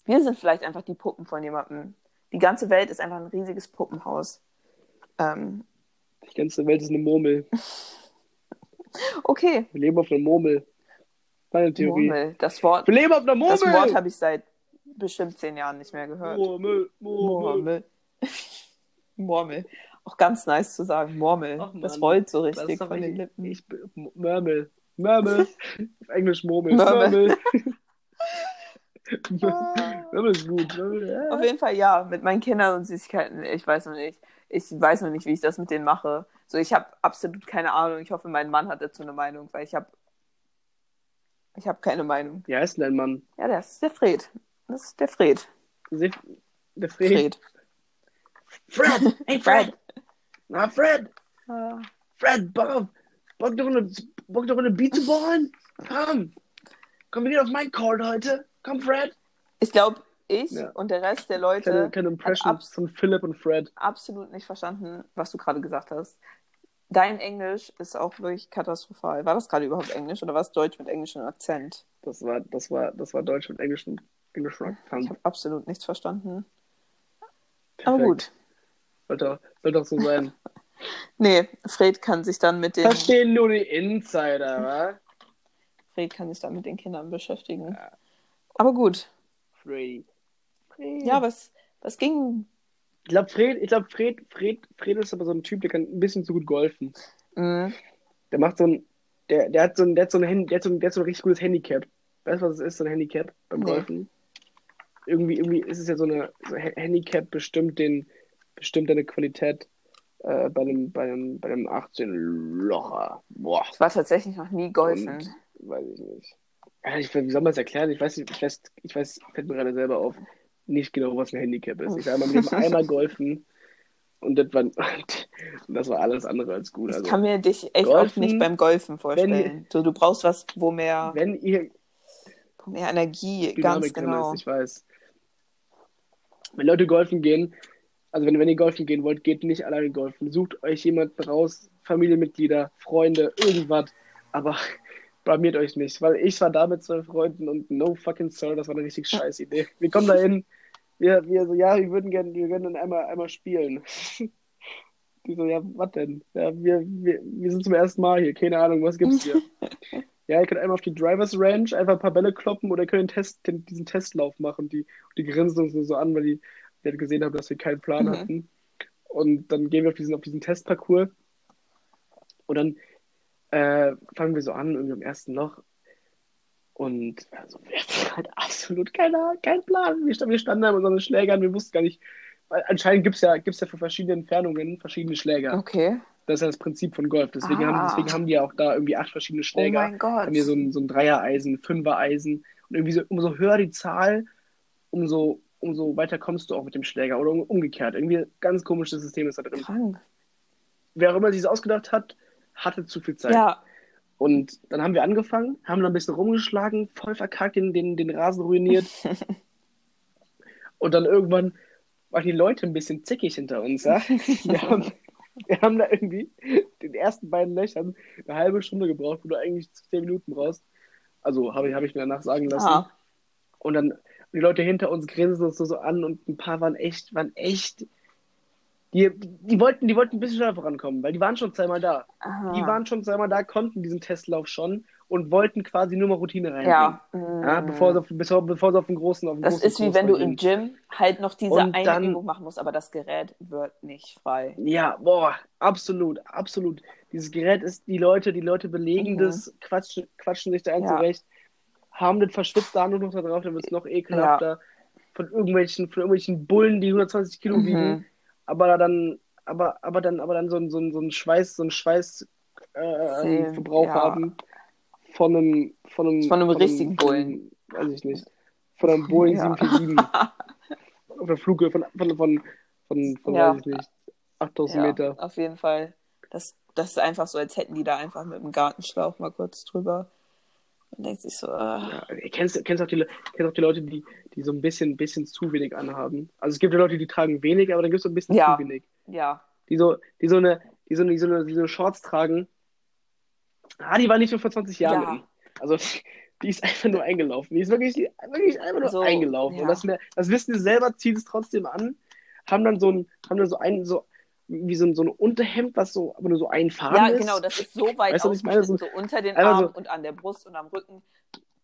[SPEAKER 1] Wir sind vielleicht einfach die Puppen von jemandem. Die ganze Welt ist einfach ein riesiges Puppenhaus. Ähm,
[SPEAKER 2] Die ganze Welt ist eine Murmel.
[SPEAKER 1] okay,
[SPEAKER 2] Wir leben auf einer Murmel. Meine Theorie.
[SPEAKER 1] Murmel. Das Wort,
[SPEAKER 2] Wir leben auf einer Murmel!
[SPEAKER 1] das Wort habe ich seit bestimmt zehn Jahren nicht mehr gehört.
[SPEAKER 2] Murmel, Murmel.
[SPEAKER 1] Murmel. Murmel. Auch ganz nice zu sagen, Murmel.
[SPEAKER 2] Ach,
[SPEAKER 1] das
[SPEAKER 2] Mann.
[SPEAKER 1] rollt so
[SPEAKER 2] Das
[SPEAKER 1] richtig
[SPEAKER 2] ist doch
[SPEAKER 1] von den
[SPEAKER 2] richtig.
[SPEAKER 1] Lippen.
[SPEAKER 2] Ich, Murmel. Murmel. Auf Englisch Murmel.
[SPEAKER 1] Murmel.
[SPEAKER 2] Murmel. Murmel ist gut. Murmel, ja.
[SPEAKER 1] Ah. Auf jeden Fall ja, mit meinen Kindern und Süßigkeiten. Ich weiß noch nicht. Ich weiß noch nicht, wie ich das mit denen mache. So, ich habe absolut keine Ahnung. Ich hoffe, mein Mann hat dazu eine Meinung, weil ich habe ich habe keine Meinung.
[SPEAKER 2] Wie heißt denn dein Mann?
[SPEAKER 1] Ja, das ist der Fred. Das ist der Fred.
[SPEAKER 2] Se der
[SPEAKER 1] Fred.
[SPEAKER 2] Fred. Fred! Hey Fred! Na Fred!
[SPEAKER 1] Ah,
[SPEAKER 2] Fred, Bock auf, Bock doch eine, Bock doch eine Beat zu ballen? Komm! Komm, wir gehen auf mein Court heute. Komm, Fred!
[SPEAKER 1] Ich glaube, ich
[SPEAKER 2] Ja.
[SPEAKER 1] und der Rest der Leute
[SPEAKER 2] Keine, keine Impression
[SPEAKER 1] abs-
[SPEAKER 2] von Philipp und Fred.
[SPEAKER 1] absolut nicht verstanden, was du gerade gesagt hast. Dein Englisch ist auch wirklich katastrophal. War das gerade überhaupt Englisch oder war es Deutsch mit englischem Akzent?
[SPEAKER 2] Das war, das war, das war Deutsch und Englisch und Englisch Rock.
[SPEAKER 1] Ich habe absolut nichts verstanden. Aber gut.
[SPEAKER 2] Sollte, sollte auch so sein.
[SPEAKER 1] Nee, Fred kann sich dann mit den
[SPEAKER 2] Verstehen nur die Insider, wa?
[SPEAKER 1] Fred kann sich dann mit den Kindern beschäftigen. Aber gut.
[SPEAKER 2] Freddy.
[SPEAKER 1] Ja, was, was ging?
[SPEAKER 2] Ich glaube, Fred, ich glaub, Fred, Fred, Fred ist aber so ein Typ, der kann ein bisschen zu gut golfen.
[SPEAKER 1] Mhm.
[SPEAKER 2] Der macht so ein. Der, der hat so ein, der hat so ein Hand- der hat so ein, der hat so ein richtig gutes Handicap. Weißt du, was es ist, so ein Handicap beim
[SPEAKER 1] Nee.
[SPEAKER 2] Golfen? Irgendwie, irgendwie ist es ja so eine. So ein Handicap bestimmt den, bestimmt deine Qualität äh, bei einem, bei einem, bei einem 18 Locher. Boah.
[SPEAKER 1] Ich war tatsächlich noch nie golfen.
[SPEAKER 2] Und, weiß ich nicht. Ja, Ich, wie soll man es erklären? Ich weiß, nicht, ich weiß, ich weiß, fällt mir gerade selber auf, nicht genau, was ein Handicap ist. Ich habe einmal mit dem einmal golfen und das war, und das war alles andere als gut.
[SPEAKER 1] Ich
[SPEAKER 2] Also,
[SPEAKER 1] kann mir dich echt
[SPEAKER 2] Golfen,
[SPEAKER 1] oft nicht beim Golfen vorstellen. So, du brauchst was, wo mehr,
[SPEAKER 2] wenn ihr
[SPEAKER 1] wo mehr Energie,
[SPEAKER 2] Dynamik
[SPEAKER 1] ganz
[SPEAKER 2] drin
[SPEAKER 1] genau.
[SPEAKER 2] ist, ich weiß. Wenn Leute golfen gehen, also wenn, wenn ihr golfen gehen wollt, geht nicht alleine golfen. Sucht euch jemanden raus, Familienmitglieder, Freunde, irgendwas. Aber blamiert euch nicht, weil ich war da mit zwölf Freunden und no fucking sorry, das war eine richtig scheiß Idee. Wir kommen da hin, wir, wir so, ja, wir würden gerne, wir würden dann einmal, einmal spielen. Die so, ja, was denn? Ja, wir, wir, wir sind zum ersten Mal hier, keine Ahnung, was gibt's hier? Ja, ihr könnt einmal auf die Drivers Range einfach ein paar Bälle kloppen oder ihr könnt den Test, den, diesen Testlauf machen. Die, die grinsen uns nur so an, weil die, die halt gesehen haben, dass wir keinen Plan
[SPEAKER 1] Mhm.
[SPEAKER 2] hatten. Und dann gehen wir auf diesen, auf diesen Testparcours und dann äh, fangen wir so an, irgendwie am ersten Loch. Und also, wir hatten halt absolut keiner, keinen Plan. Wir, stand- wir standen da mit unseren Schlägern, wir wussten gar nicht. Weil anscheinend gibt's ja, gibt's ja für verschiedene Entfernungen verschiedene Schläger.
[SPEAKER 1] Okay.
[SPEAKER 2] Das ist ja das Prinzip von Golf. Deswegen,
[SPEAKER 1] Ah.
[SPEAKER 2] haben, deswegen haben die ja auch da irgendwie acht verschiedene
[SPEAKER 1] Oh
[SPEAKER 2] Schläger
[SPEAKER 1] mein Gott.
[SPEAKER 2] haben wir so ein, so ein Dreier-Eisen, Fünfer-Eisen. Und irgendwie so, umso höher die Zahl, umso, umso weiter kommst du auch mit dem Schläger oder um, umgekehrt. Irgendwie ein ganz komisches System ist da drin.
[SPEAKER 1] Krank.
[SPEAKER 2] Wer auch immer sich das ausgedacht hat, hatte zu viel Zeit.
[SPEAKER 1] Ja,
[SPEAKER 2] Und dann haben wir angefangen, haben da ein bisschen rumgeschlagen, voll verkackt, den, den, den Rasen ruiniert. Und dann irgendwann waren die Leute ein bisschen zickig hinter uns. Ja? Wir, haben, wir haben da irgendwie den ersten beiden Löchern eine halbe Stunde gebraucht, wo du eigentlich zehn Minuten brauchst. Also habe ich, hab ich mir danach sagen lassen.
[SPEAKER 1] ah,
[SPEAKER 2] Und dann die Leute hinter uns grinsen uns nur so an und ein paar waren echt, waren echt. Die, die, wollten, die wollten ein bisschen schneller vorankommen, weil die waren schon zweimal da.
[SPEAKER 1] aha.
[SPEAKER 2] Die waren schon zweimal da, konnten diesen Testlauf schon und wollten quasi nur mal Routine reinbringen.
[SPEAKER 1] ja.
[SPEAKER 2] Ja,
[SPEAKER 1] Mm.
[SPEAKER 2] bevor, sie auf, bevor, bevor sie auf den großen auf den
[SPEAKER 1] das
[SPEAKER 2] großen
[SPEAKER 1] ist wie
[SPEAKER 2] Kurs
[SPEAKER 1] wenn du im
[SPEAKER 2] reingehen.
[SPEAKER 1] Gym halt noch diese
[SPEAKER 2] Und
[SPEAKER 1] eine
[SPEAKER 2] dann-
[SPEAKER 1] Übung machen musst, aber das Gerät wird nicht frei.
[SPEAKER 2] Ja, boah, absolut, absolut. Dieses Gerät ist, die Leute, die Leute belegen
[SPEAKER 1] Mhm.
[SPEAKER 2] das, quatschen, quatschen sich da ein
[SPEAKER 1] Ja.
[SPEAKER 2] zurecht, haben das verschwitzt da nur noch da drauf, dann wird es noch ekelhafter. Von irgendwelchen, von irgendwelchen Bullen, die 120 Kilo wiegen,
[SPEAKER 1] Mhm.
[SPEAKER 2] aber dann, aber, aber dann, aber dann so ein, so ein, so ein Schweiß, so ein Schweiß, äh,
[SPEAKER 1] Sehen,
[SPEAKER 2] ähm, Verbrauch
[SPEAKER 1] ja.
[SPEAKER 2] haben von einem, von einem,
[SPEAKER 1] Von einem richtigen Bullen.
[SPEAKER 2] Von, einem- weiß ich nicht. Von einem Bullen
[SPEAKER 1] Ja.
[SPEAKER 2] 747. Oder Fluge von, von, von, von, von
[SPEAKER 1] Ja.
[SPEAKER 2] weiß ich nicht. 8000
[SPEAKER 1] Ja,
[SPEAKER 2] Meter.
[SPEAKER 1] auf jeden Fall. Das, das ist einfach so, als hätten die da einfach mit dem Gartenschlauch mal kurz drüber. Man denkt sich so, ah,
[SPEAKER 2] Ja, kennst, kennst, auch die, Le- kennst auch die Leute, die, die so ein bisschen, bisschen zu wenig anhaben. Also es gibt ja Leute, die tragen wenig, aber dann gibt es so ein bisschen
[SPEAKER 1] Ja.
[SPEAKER 2] zu wenig.
[SPEAKER 1] ja.
[SPEAKER 2] Die so, die so eine, die so eine, die so eine, die so eine Shorts tragen. Ah, die war nicht nur vor 20 Jahren.
[SPEAKER 1] Ja.
[SPEAKER 2] in. Also die ist einfach nur eingelaufen. Die ist wirklich, die, wirklich einfach nur
[SPEAKER 1] So, Also,
[SPEAKER 2] eingelaufen.
[SPEAKER 1] ja.
[SPEAKER 2] Und das, mehr, das wissen die selber, ziehen es trotzdem an, haben dann so ein, haben dann so ein, so, wie so ein, so ein Unterhemd, was so, aber nur so ein Farben
[SPEAKER 1] Ja,
[SPEAKER 2] ist.
[SPEAKER 1] genau, das ist so weit
[SPEAKER 2] Weißt du, was ich meine?
[SPEAKER 1] ausgeschnitten, so unter den
[SPEAKER 2] einfach so-
[SPEAKER 1] Armen und an der Brust und am Rücken.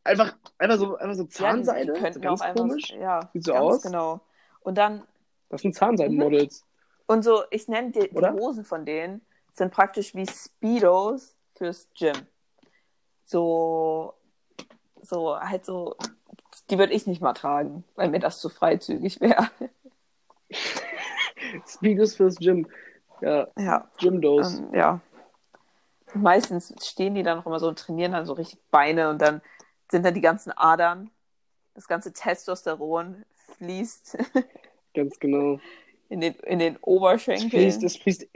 [SPEAKER 2] Einfach, einfach so, einfach
[SPEAKER 1] Ja,
[SPEAKER 2] so
[SPEAKER 1] die- die
[SPEAKER 2] Zahnseide. so
[SPEAKER 1] könnten
[SPEAKER 2] ganz
[SPEAKER 1] auch einfach,
[SPEAKER 2] komisch.
[SPEAKER 1] Ja,
[SPEAKER 2] Sieht so
[SPEAKER 1] ganz
[SPEAKER 2] aus.
[SPEAKER 1] genau. Und dann,
[SPEAKER 2] Das sind Zahnseidenmodels.
[SPEAKER 1] und so, ich nenne die, die
[SPEAKER 2] Oder?
[SPEAKER 1] Hosen von denen, sind praktisch wie Speedos fürs Gym. So, so, halt so, die würde ich nicht mal tragen, weil mir das zu freizügig wäre.
[SPEAKER 2] Speedos fürs Gym. Ja,
[SPEAKER 1] Ja.
[SPEAKER 2] Gymdos.
[SPEAKER 1] Ähm, ja. Meistens stehen die dann auch immer so und trainieren dann so richtig Beine und dann sind da die ganzen Adern, das ganze Testosteron fließt
[SPEAKER 2] Ganz genau.
[SPEAKER 1] in den, in den
[SPEAKER 2] Es
[SPEAKER 1] Oberschenkel.
[SPEAKER 2] fließt, es fließt,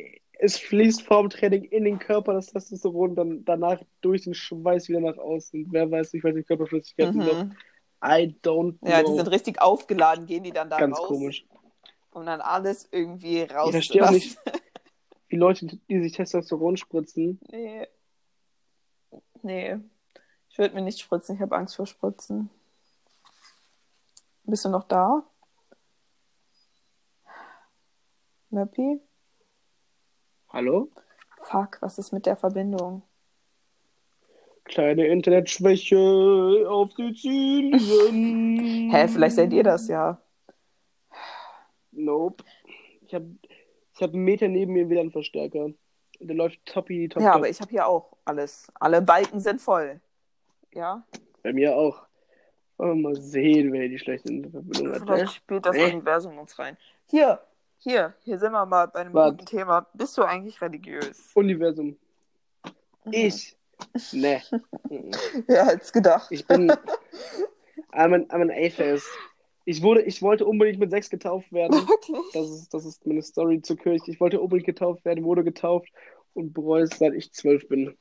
[SPEAKER 2] es fließt vorm Training in den Körper das Testosteron, dann danach durch den Schweiß wieder nach außen. Wer weiß nicht, welche Körperflüssigkeiten noch.
[SPEAKER 1] Mhm.
[SPEAKER 2] I don't know.
[SPEAKER 1] Ja, die sind richtig aufgeladen, gehen die dann da
[SPEAKER 2] Ganz
[SPEAKER 1] raus,
[SPEAKER 2] komisch.
[SPEAKER 1] um dann alles irgendwie raus.
[SPEAKER 2] Ich verstehe auch nicht, wie Leute, die sich Testosteron spritzen.
[SPEAKER 1] Nee. Nee. Ich würde mir nicht spritzen, ich habe Angst vor Spritzen. Bist du noch da? Möppi?
[SPEAKER 2] Hallo?
[SPEAKER 1] Fuck, was ist mit der Verbindung?
[SPEAKER 2] Kleine Internetschwäche auf Sizilien.
[SPEAKER 1] Hä, vielleicht seid ihr das ja.
[SPEAKER 2] Nope. Ich habe ich hab einen Meter neben mir wieder einen Verstärker. Und der läuft toppi, toppi.
[SPEAKER 1] Ja, aber ich habe hier auch alles. Alle Balken sind voll. Ja?
[SPEAKER 2] Bei mir auch. Wollen wir mal sehen, wer die schlechten Verbindungen hat. ne?
[SPEAKER 1] Vielleicht spielt das
[SPEAKER 2] Nee.
[SPEAKER 1] Universum uns rein. Hier, hier, hier sind wir mal bei einem
[SPEAKER 2] Warte.
[SPEAKER 1] guten Thema. Bist du eigentlich religiös?
[SPEAKER 2] Universum. Ich. Nee.
[SPEAKER 1] Wer hätte gedacht?
[SPEAKER 2] Ich bin. I'm an, I'm an Atheist. Ich, wurde, ich wollte unbedingt mit sechs getauft werden.
[SPEAKER 1] Wirklich?
[SPEAKER 2] Das ist, das ist meine Story zur Kirche. Ich wollte unbedingt getauft werden, wurde getauft und bereue es, seit ich zwölf bin.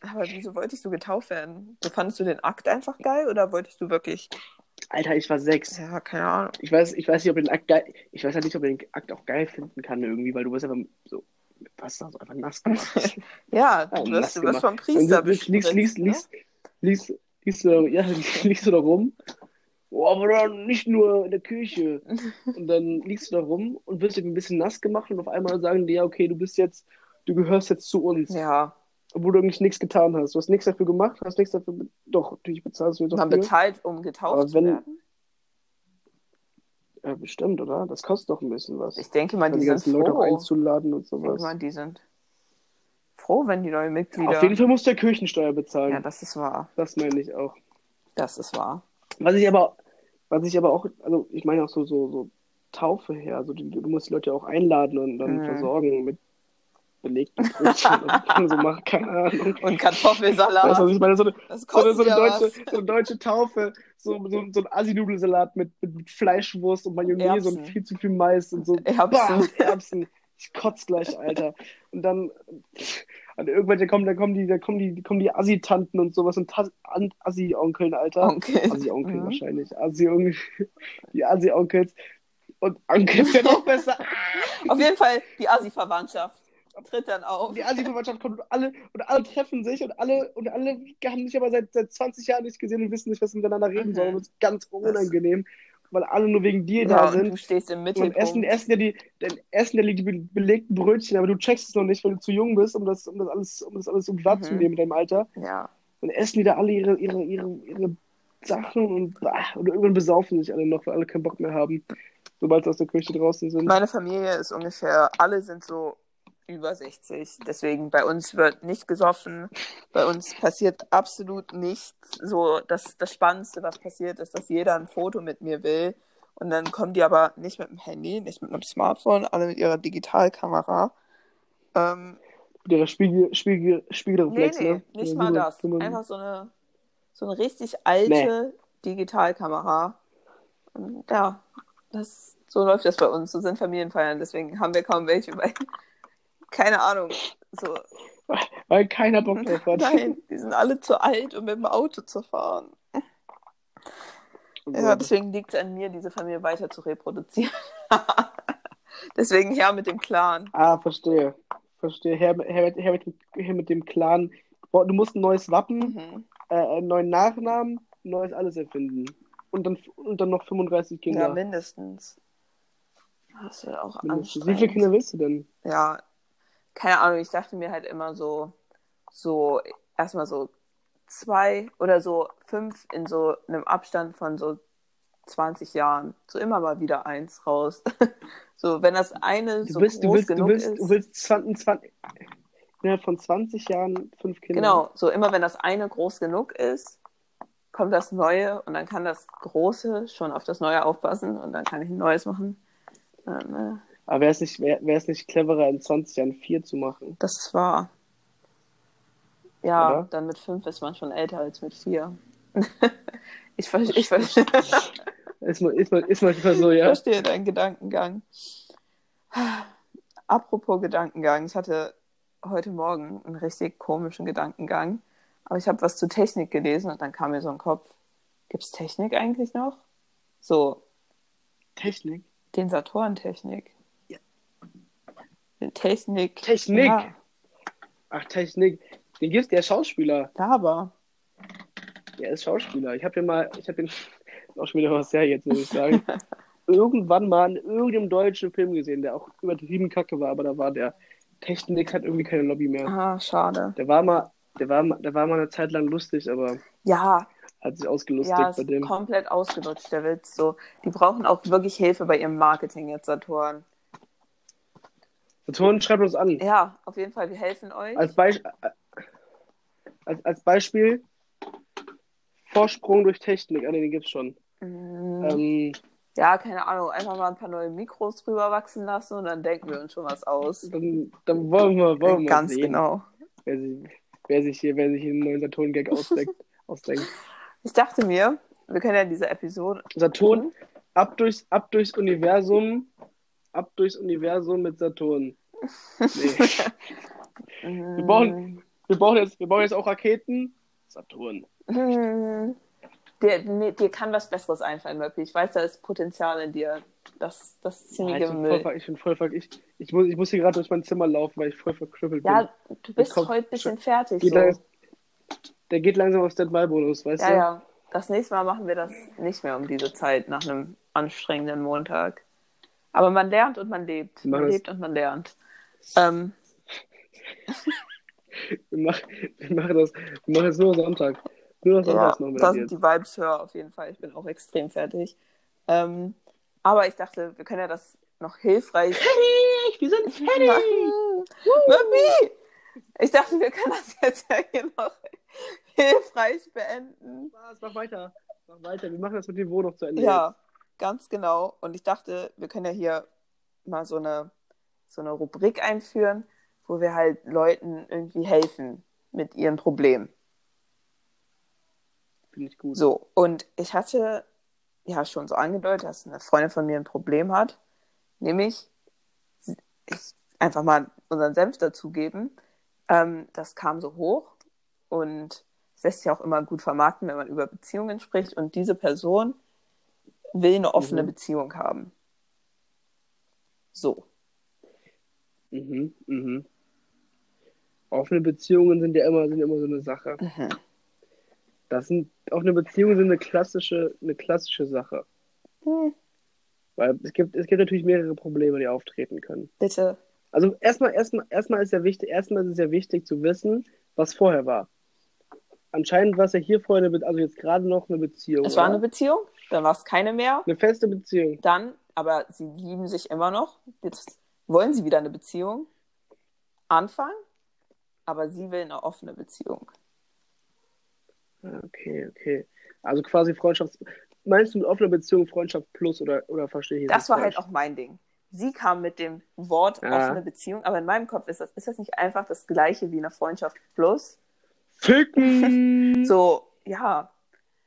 [SPEAKER 1] Aber wieso wolltest du getauft werden? So fandest du den Akt einfach geil oder wolltest du wirklich?
[SPEAKER 2] Alter, ich war sechs.
[SPEAKER 1] Ja, keine Ahnung.
[SPEAKER 2] Ich weiß, ich weiß nicht, ob ich den Akt geil. Ich weiß halt nicht, ob ich den Akt auch geil finden kann irgendwie, weil du wirst einfach so mit Wasser so einfach nass gemacht.
[SPEAKER 1] Ja,
[SPEAKER 2] Ja,
[SPEAKER 1] du wirst,
[SPEAKER 2] nass
[SPEAKER 1] du wirst
[SPEAKER 2] gemacht.
[SPEAKER 1] vom Priester
[SPEAKER 2] Dann liegst, liegst, liegst,
[SPEAKER 1] bespritzt, ne?
[SPEAKER 2] liegst, liegst, liegst, du da- ja, liegst du da rum. Oh, aber dann nicht nur in der Küche. Und dann liegst du da rum und wirst eben ein bisschen nass gemacht und auf einmal sagen die, ja, okay, du bist jetzt, du gehörst jetzt zu uns.
[SPEAKER 1] Ja,
[SPEAKER 2] Obwohl du eigentlich nichts getan hast. Du hast nichts dafür gemacht, hast nichts dafür. be- Doch, natürlich bezahlst du jetzt
[SPEAKER 1] man
[SPEAKER 2] dafür.
[SPEAKER 1] bezahlt, um getauft
[SPEAKER 2] Aber
[SPEAKER 1] zu
[SPEAKER 2] wenn-
[SPEAKER 1] werden.
[SPEAKER 2] Ja, bestimmt, oder? Das kostet doch ein bisschen was.
[SPEAKER 1] Ich denke mal,
[SPEAKER 2] Weil
[SPEAKER 1] die
[SPEAKER 2] die
[SPEAKER 1] sind
[SPEAKER 2] ganzen Leute auch
[SPEAKER 1] froh.
[SPEAKER 2] einzuladen und
[SPEAKER 1] Ich denke
[SPEAKER 2] sowas.
[SPEAKER 1] mal, die sind froh, wenn die neuen
[SPEAKER 2] Auf jeden
[SPEAKER 1] Mitglieder.
[SPEAKER 2] Fall musst du ja Kirchensteuer bezahlen.
[SPEAKER 1] Ja, das ist wahr.
[SPEAKER 2] Das meine ich auch.
[SPEAKER 1] Das ist wahr.
[SPEAKER 2] Was ich aber, was ich aber auch, also ich meine auch so, so, so Taufe her, also du, du musst die Leute auch einladen und dann
[SPEAKER 1] Mhm.
[SPEAKER 2] versorgen mit belegten Brötchen und man so macht, keine Ahnung.
[SPEAKER 1] Und
[SPEAKER 2] Weißt du, was
[SPEAKER 1] Kartoffelsalat.
[SPEAKER 2] ich meine? So eine,
[SPEAKER 1] Das
[SPEAKER 2] so eine,
[SPEAKER 1] kostet
[SPEAKER 2] so eine,
[SPEAKER 1] ja
[SPEAKER 2] deutsche,
[SPEAKER 1] was.
[SPEAKER 2] so eine deutsche Taufe, so, so, so ein Assi-Nudelsalat mit, mit, mit Fleischwurst und Mayonnaise
[SPEAKER 1] Erbsen.
[SPEAKER 2] und viel zu viel Mais und so.
[SPEAKER 1] Erbsen.
[SPEAKER 2] Bam, Erbsen. Ich kotz gleich, Alter. Und dann, und irgendwann, da kommen, da kommen die, da kommen die, kommen die Assi-Tanten und sowas und Tas- An- Assi-Onkeln, Alter.
[SPEAKER 1] Onkel.
[SPEAKER 2] Assi-Onkel
[SPEAKER 1] Mhm.
[SPEAKER 2] wahrscheinlich. Assi-Onkel. Die Assi-Onkels. Und Onkels werden auch besser.
[SPEAKER 1] Auf jeden Fall die Asi-Verwandtschaft tritt dann auf.
[SPEAKER 2] Die Asi-Verwandtschaft kommt und alle, und alle treffen sich und alle, und alle haben sich aber seit, seit 20 Jahren nicht gesehen und wissen nicht, was sie miteinander reden
[SPEAKER 1] Mhm.
[SPEAKER 2] sollen. Und es ist ganz unangenehm, weil alle nur wegen dir
[SPEAKER 1] Ja,
[SPEAKER 2] da
[SPEAKER 1] und du
[SPEAKER 2] sind.
[SPEAKER 1] stehst im
[SPEAKER 2] Und
[SPEAKER 1] Mittelpunkt.
[SPEAKER 2] essen, essen ja die, dann essen ja die be- belegten Brötchen, aber du checkst es noch nicht, weil du zu jung bist, um das, um das alles, um das alles um wahr zu
[SPEAKER 1] Mhm.
[SPEAKER 2] nehmen in deinem Alter.
[SPEAKER 1] Ja.
[SPEAKER 2] Dann essen die da alle ihre, ihre, ihre, ihre Sachen und, bah, und irgendwann besaufen sich alle noch, weil alle keinen Bock mehr haben, sobald sie aus der Kirche draußen sind.
[SPEAKER 1] Meine Familie ist ungefähr, alle sind so über 60. Deswegen bei uns wird nicht gesoffen. Bei uns passiert absolut nichts. So, das, das Spannendste, was passiert, ist, dass jeder ein Foto mit mir will. Und dann kommen die aber nicht mit dem Handy, nicht mit einem Smartphone, alle mit ihrer Digitalkamera. Ähm,
[SPEAKER 2] Mit ihrer Spiegel, Spiegel,
[SPEAKER 1] nee,
[SPEAKER 2] Spiegelreflex,
[SPEAKER 1] nee,
[SPEAKER 2] ne?
[SPEAKER 1] nicht
[SPEAKER 2] Ja,
[SPEAKER 1] mal
[SPEAKER 2] super,
[SPEAKER 1] das.
[SPEAKER 2] super.
[SPEAKER 1] Einfach so eine, so eine richtig alte Digitalkamera. Und ja, das, so läuft das bei uns. So sind Familienfeiern. Deswegen haben wir kaum welche, weil, keine Ahnung, so,
[SPEAKER 2] Weil keiner Bock drauf hat.
[SPEAKER 1] nein, die sind alle zu alt, um mit dem Auto zu fahren.
[SPEAKER 2] Also,
[SPEAKER 1] Ja, deswegen liegt es an mir, diese Familie weiter zu reproduzieren. deswegen her mit dem Clan.
[SPEAKER 2] Ah, verstehe. Verstehe. Her, her, her, mit, her mit dem Clan. Boah, Du musst ein neues Wappen,
[SPEAKER 1] Mhm.
[SPEAKER 2] äh, einen neuen Nachnamen, neues alles erfinden. Und dann, und dann noch 35
[SPEAKER 1] Ja,
[SPEAKER 2] Kinder.
[SPEAKER 1] mindestens. Das wird auch
[SPEAKER 2] Mindestens. Wie viele
[SPEAKER 1] anstrengend.
[SPEAKER 2] Kinder willst du denn?
[SPEAKER 1] ja, keine Ahnung, ich dachte mir halt immer so, so, erstmal so zwei oder so fünf in so einem Abstand von so 20 Jahren. So immer mal wieder eins raus. so, wenn das eine
[SPEAKER 2] Du
[SPEAKER 1] so
[SPEAKER 2] bist, du
[SPEAKER 1] groß
[SPEAKER 2] willst, du
[SPEAKER 1] genug
[SPEAKER 2] willst,
[SPEAKER 1] ist.
[SPEAKER 2] du willst 20, 20, innerhalb von 20 Jahren fünf Kinder.
[SPEAKER 1] Genau, so immer wenn das eine groß genug ist, kommt das Neue und dann kann das Große schon auf das Neue aufpassen und dann kann ich ein Neues machen. Ähm, äh,
[SPEAKER 2] Aber wäre es nicht, wär, wär's nicht cleverer, in 20 Jahren vier zu machen?
[SPEAKER 1] Das war. Ja,
[SPEAKER 2] Oder?
[SPEAKER 1] dann mit fünf ist man schon älter als mit vier. ich ver ich ver
[SPEAKER 2] Ist mal, ist mal, ist mal so, ja.
[SPEAKER 1] verstehe deinen Gedankengang. Apropos Gedankengang, ich hatte heute Morgen einen richtig komischen Gedankengang, aber ich habe was zu Technik gelesen und dann kam mir so ein Kopf, gibt's Technik eigentlich noch? So,
[SPEAKER 2] Technik.
[SPEAKER 1] Densatorentechnik. Technik.
[SPEAKER 2] Technik.
[SPEAKER 1] Ja,
[SPEAKER 2] Ach, Technik. Den gibt's, der ist Schauspieler.
[SPEAKER 1] Laber.
[SPEAKER 2] Er ist Schauspieler. Ich habe ja mal, ich habe ihn auch schon wieder was her jetzt, muss ich sagen. Irgendwann mal in irgendeinem deutschen Film gesehen, der auch übertrieben kacke war, aber da war der Technik hat irgendwie keine Lobby mehr.
[SPEAKER 1] Ah, schade.
[SPEAKER 2] Der war mal, der war mal, der war mal eine Zeit lang lustig, aber
[SPEAKER 1] Ja,
[SPEAKER 2] hat sich ausgelustigt
[SPEAKER 1] Ja,
[SPEAKER 2] bei
[SPEAKER 1] ist
[SPEAKER 2] dem.
[SPEAKER 1] komplett ausgelutscht, der Witz. So, die brauchen auch wirklich Hilfe bei ihrem Marketing jetzt, Saturn.
[SPEAKER 2] Saturn schreibt uns an.
[SPEAKER 1] Ja, auf jeden Fall, wir helfen euch.
[SPEAKER 2] Als, Beisch- als, als Beispiel Vorsprung durch Technik. Ah, nee, den gibt's schon.
[SPEAKER 1] Mm,
[SPEAKER 2] Ähm,
[SPEAKER 1] ja, keine Ahnung, einfach mal ein paar neue Mikros drüber wachsen lassen und dann denken wir uns schon was aus. Äh,
[SPEAKER 2] dann, dann wollen wir, wollen wir
[SPEAKER 1] Ganz
[SPEAKER 2] sehen.
[SPEAKER 1] genau.
[SPEAKER 2] Wer sie, Wer sich hier, wer sich hier einen neuen Saturn-Gag ausdenkt. ausdenkt.
[SPEAKER 1] Ich dachte mir, wir können ja diese Episode. Mhm.
[SPEAKER 2] Saturn, ab durchs, ab durchs Universum, ab durchs Universum mit Saturn. Nee.
[SPEAKER 1] Mhm.
[SPEAKER 2] wir, brauchen, wir, brauchen jetzt, wir brauchen jetzt auch Raketen. Saturn.
[SPEAKER 1] Hm. Dir, nee, dir kann was Besseres einfallen, Möppi. Ich weiß, da ist Potenzial in dir. Das, das ist
[SPEAKER 2] Ja,
[SPEAKER 1] ziemlich
[SPEAKER 2] ich, bin voll,
[SPEAKER 1] Müll.
[SPEAKER 2] ver- ich bin voll ver- ich, ich, muss, ich muss hier gerade durch mein Zimmer laufen, weil ich voll verkrüppelt bin.
[SPEAKER 1] Ja, du bist
[SPEAKER 2] komm,
[SPEAKER 1] heute ein bisschen fertig.
[SPEAKER 2] Geht
[SPEAKER 1] So.
[SPEAKER 2] lang, der geht langsam auf Standby-Modus, weißt
[SPEAKER 1] Ja,
[SPEAKER 2] du?
[SPEAKER 1] ja. Das nächste Mal machen wir das nicht mehr um diese Zeit nach einem anstrengenden Montag. Aber man lernt und man lebt.
[SPEAKER 2] Mach
[SPEAKER 1] Man
[SPEAKER 2] das.
[SPEAKER 1] lebt und man lernt. Ähm,
[SPEAKER 2] Wir, mach, wir, machen das, wir machen das nur Sonntag. Nur noch
[SPEAKER 1] ja,
[SPEAKER 2] Sonntags noch mit
[SPEAKER 1] da
[SPEAKER 2] dir.
[SPEAKER 1] sind die Vibes höher auf jeden Fall. Ich bin auch extrem fertig. Ähm, aber ich dachte, wir können ja das noch hilfreich.
[SPEAKER 2] Fertig! Wir sind
[SPEAKER 1] Mami! Ich dachte, wir können das jetzt ja hier noch hilfreich beenden.
[SPEAKER 2] Spaß, mach weiter. Mach weiter. Wir machen das mit dem Wo noch zu Ende.
[SPEAKER 1] Ja, ganz genau. Und ich dachte, wir können ja hier mal so eine, so eine Rubrik einführen, wo wir halt Leuten irgendwie helfen mit ihren Problemen.
[SPEAKER 2] Finde ich gut.
[SPEAKER 1] So, und ich hatte ja schon so angedeutet, dass eine Freundin von mir ein Problem hat, nämlich ich einfach mal unseren Senf dazugeben. Ähm, das kam so hoch und es lässt sich auch immer gut vermarkten, wenn man über Beziehungen spricht. Und diese Person will eine offene
[SPEAKER 2] Mhm.
[SPEAKER 1] Beziehung haben. So.
[SPEAKER 2] Mhm, mhm. Offene Beziehungen sind ja immer, sind immer so eine Sache. Das sind, offene Beziehungen sind eine klassische, eine klassische Sache.
[SPEAKER 1] Hm,
[SPEAKER 2] Weil es gibt, es gibt natürlich mehrere Probleme, die auftreten können.
[SPEAKER 1] bitte.
[SPEAKER 2] Also erstmal, erstmal, erstmal ist ja wichtig, erstmal ist es ja wichtig zu wissen, was vorher war. Anscheinend war es ja hier vorher eine, Be- also jetzt gerade noch eine Beziehung.
[SPEAKER 1] Es war
[SPEAKER 2] oder?
[SPEAKER 1] eine Beziehung, dann war es keine mehr.
[SPEAKER 2] eine feste Beziehung.
[SPEAKER 1] dann, aber sie lieben sich immer noch. Jetzt wollen sie wieder eine Beziehung anfangen, aber sie will eine offene Beziehung.
[SPEAKER 2] Ah, Okay, okay. Also quasi Freundschafts. Meinst du mit offener Beziehung Freundschaft plus oder, oder verstehe ich
[SPEAKER 1] Das
[SPEAKER 2] jetzt
[SPEAKER 1] war
[SPEAKER 2] falsch?
[SPEAKER 1] halt auch mein Ding. Sie kam mit dem Wort
[SPEAKER 2] Ja.
[SPEAKER 1] offene Beziehung, aber in meinem Kopf ist das, ist das nicht einfach das gleiche wie eine Freundschaft plus?
[SPEAKER 2] Ficken!
[SPEAKER 1] So, ja.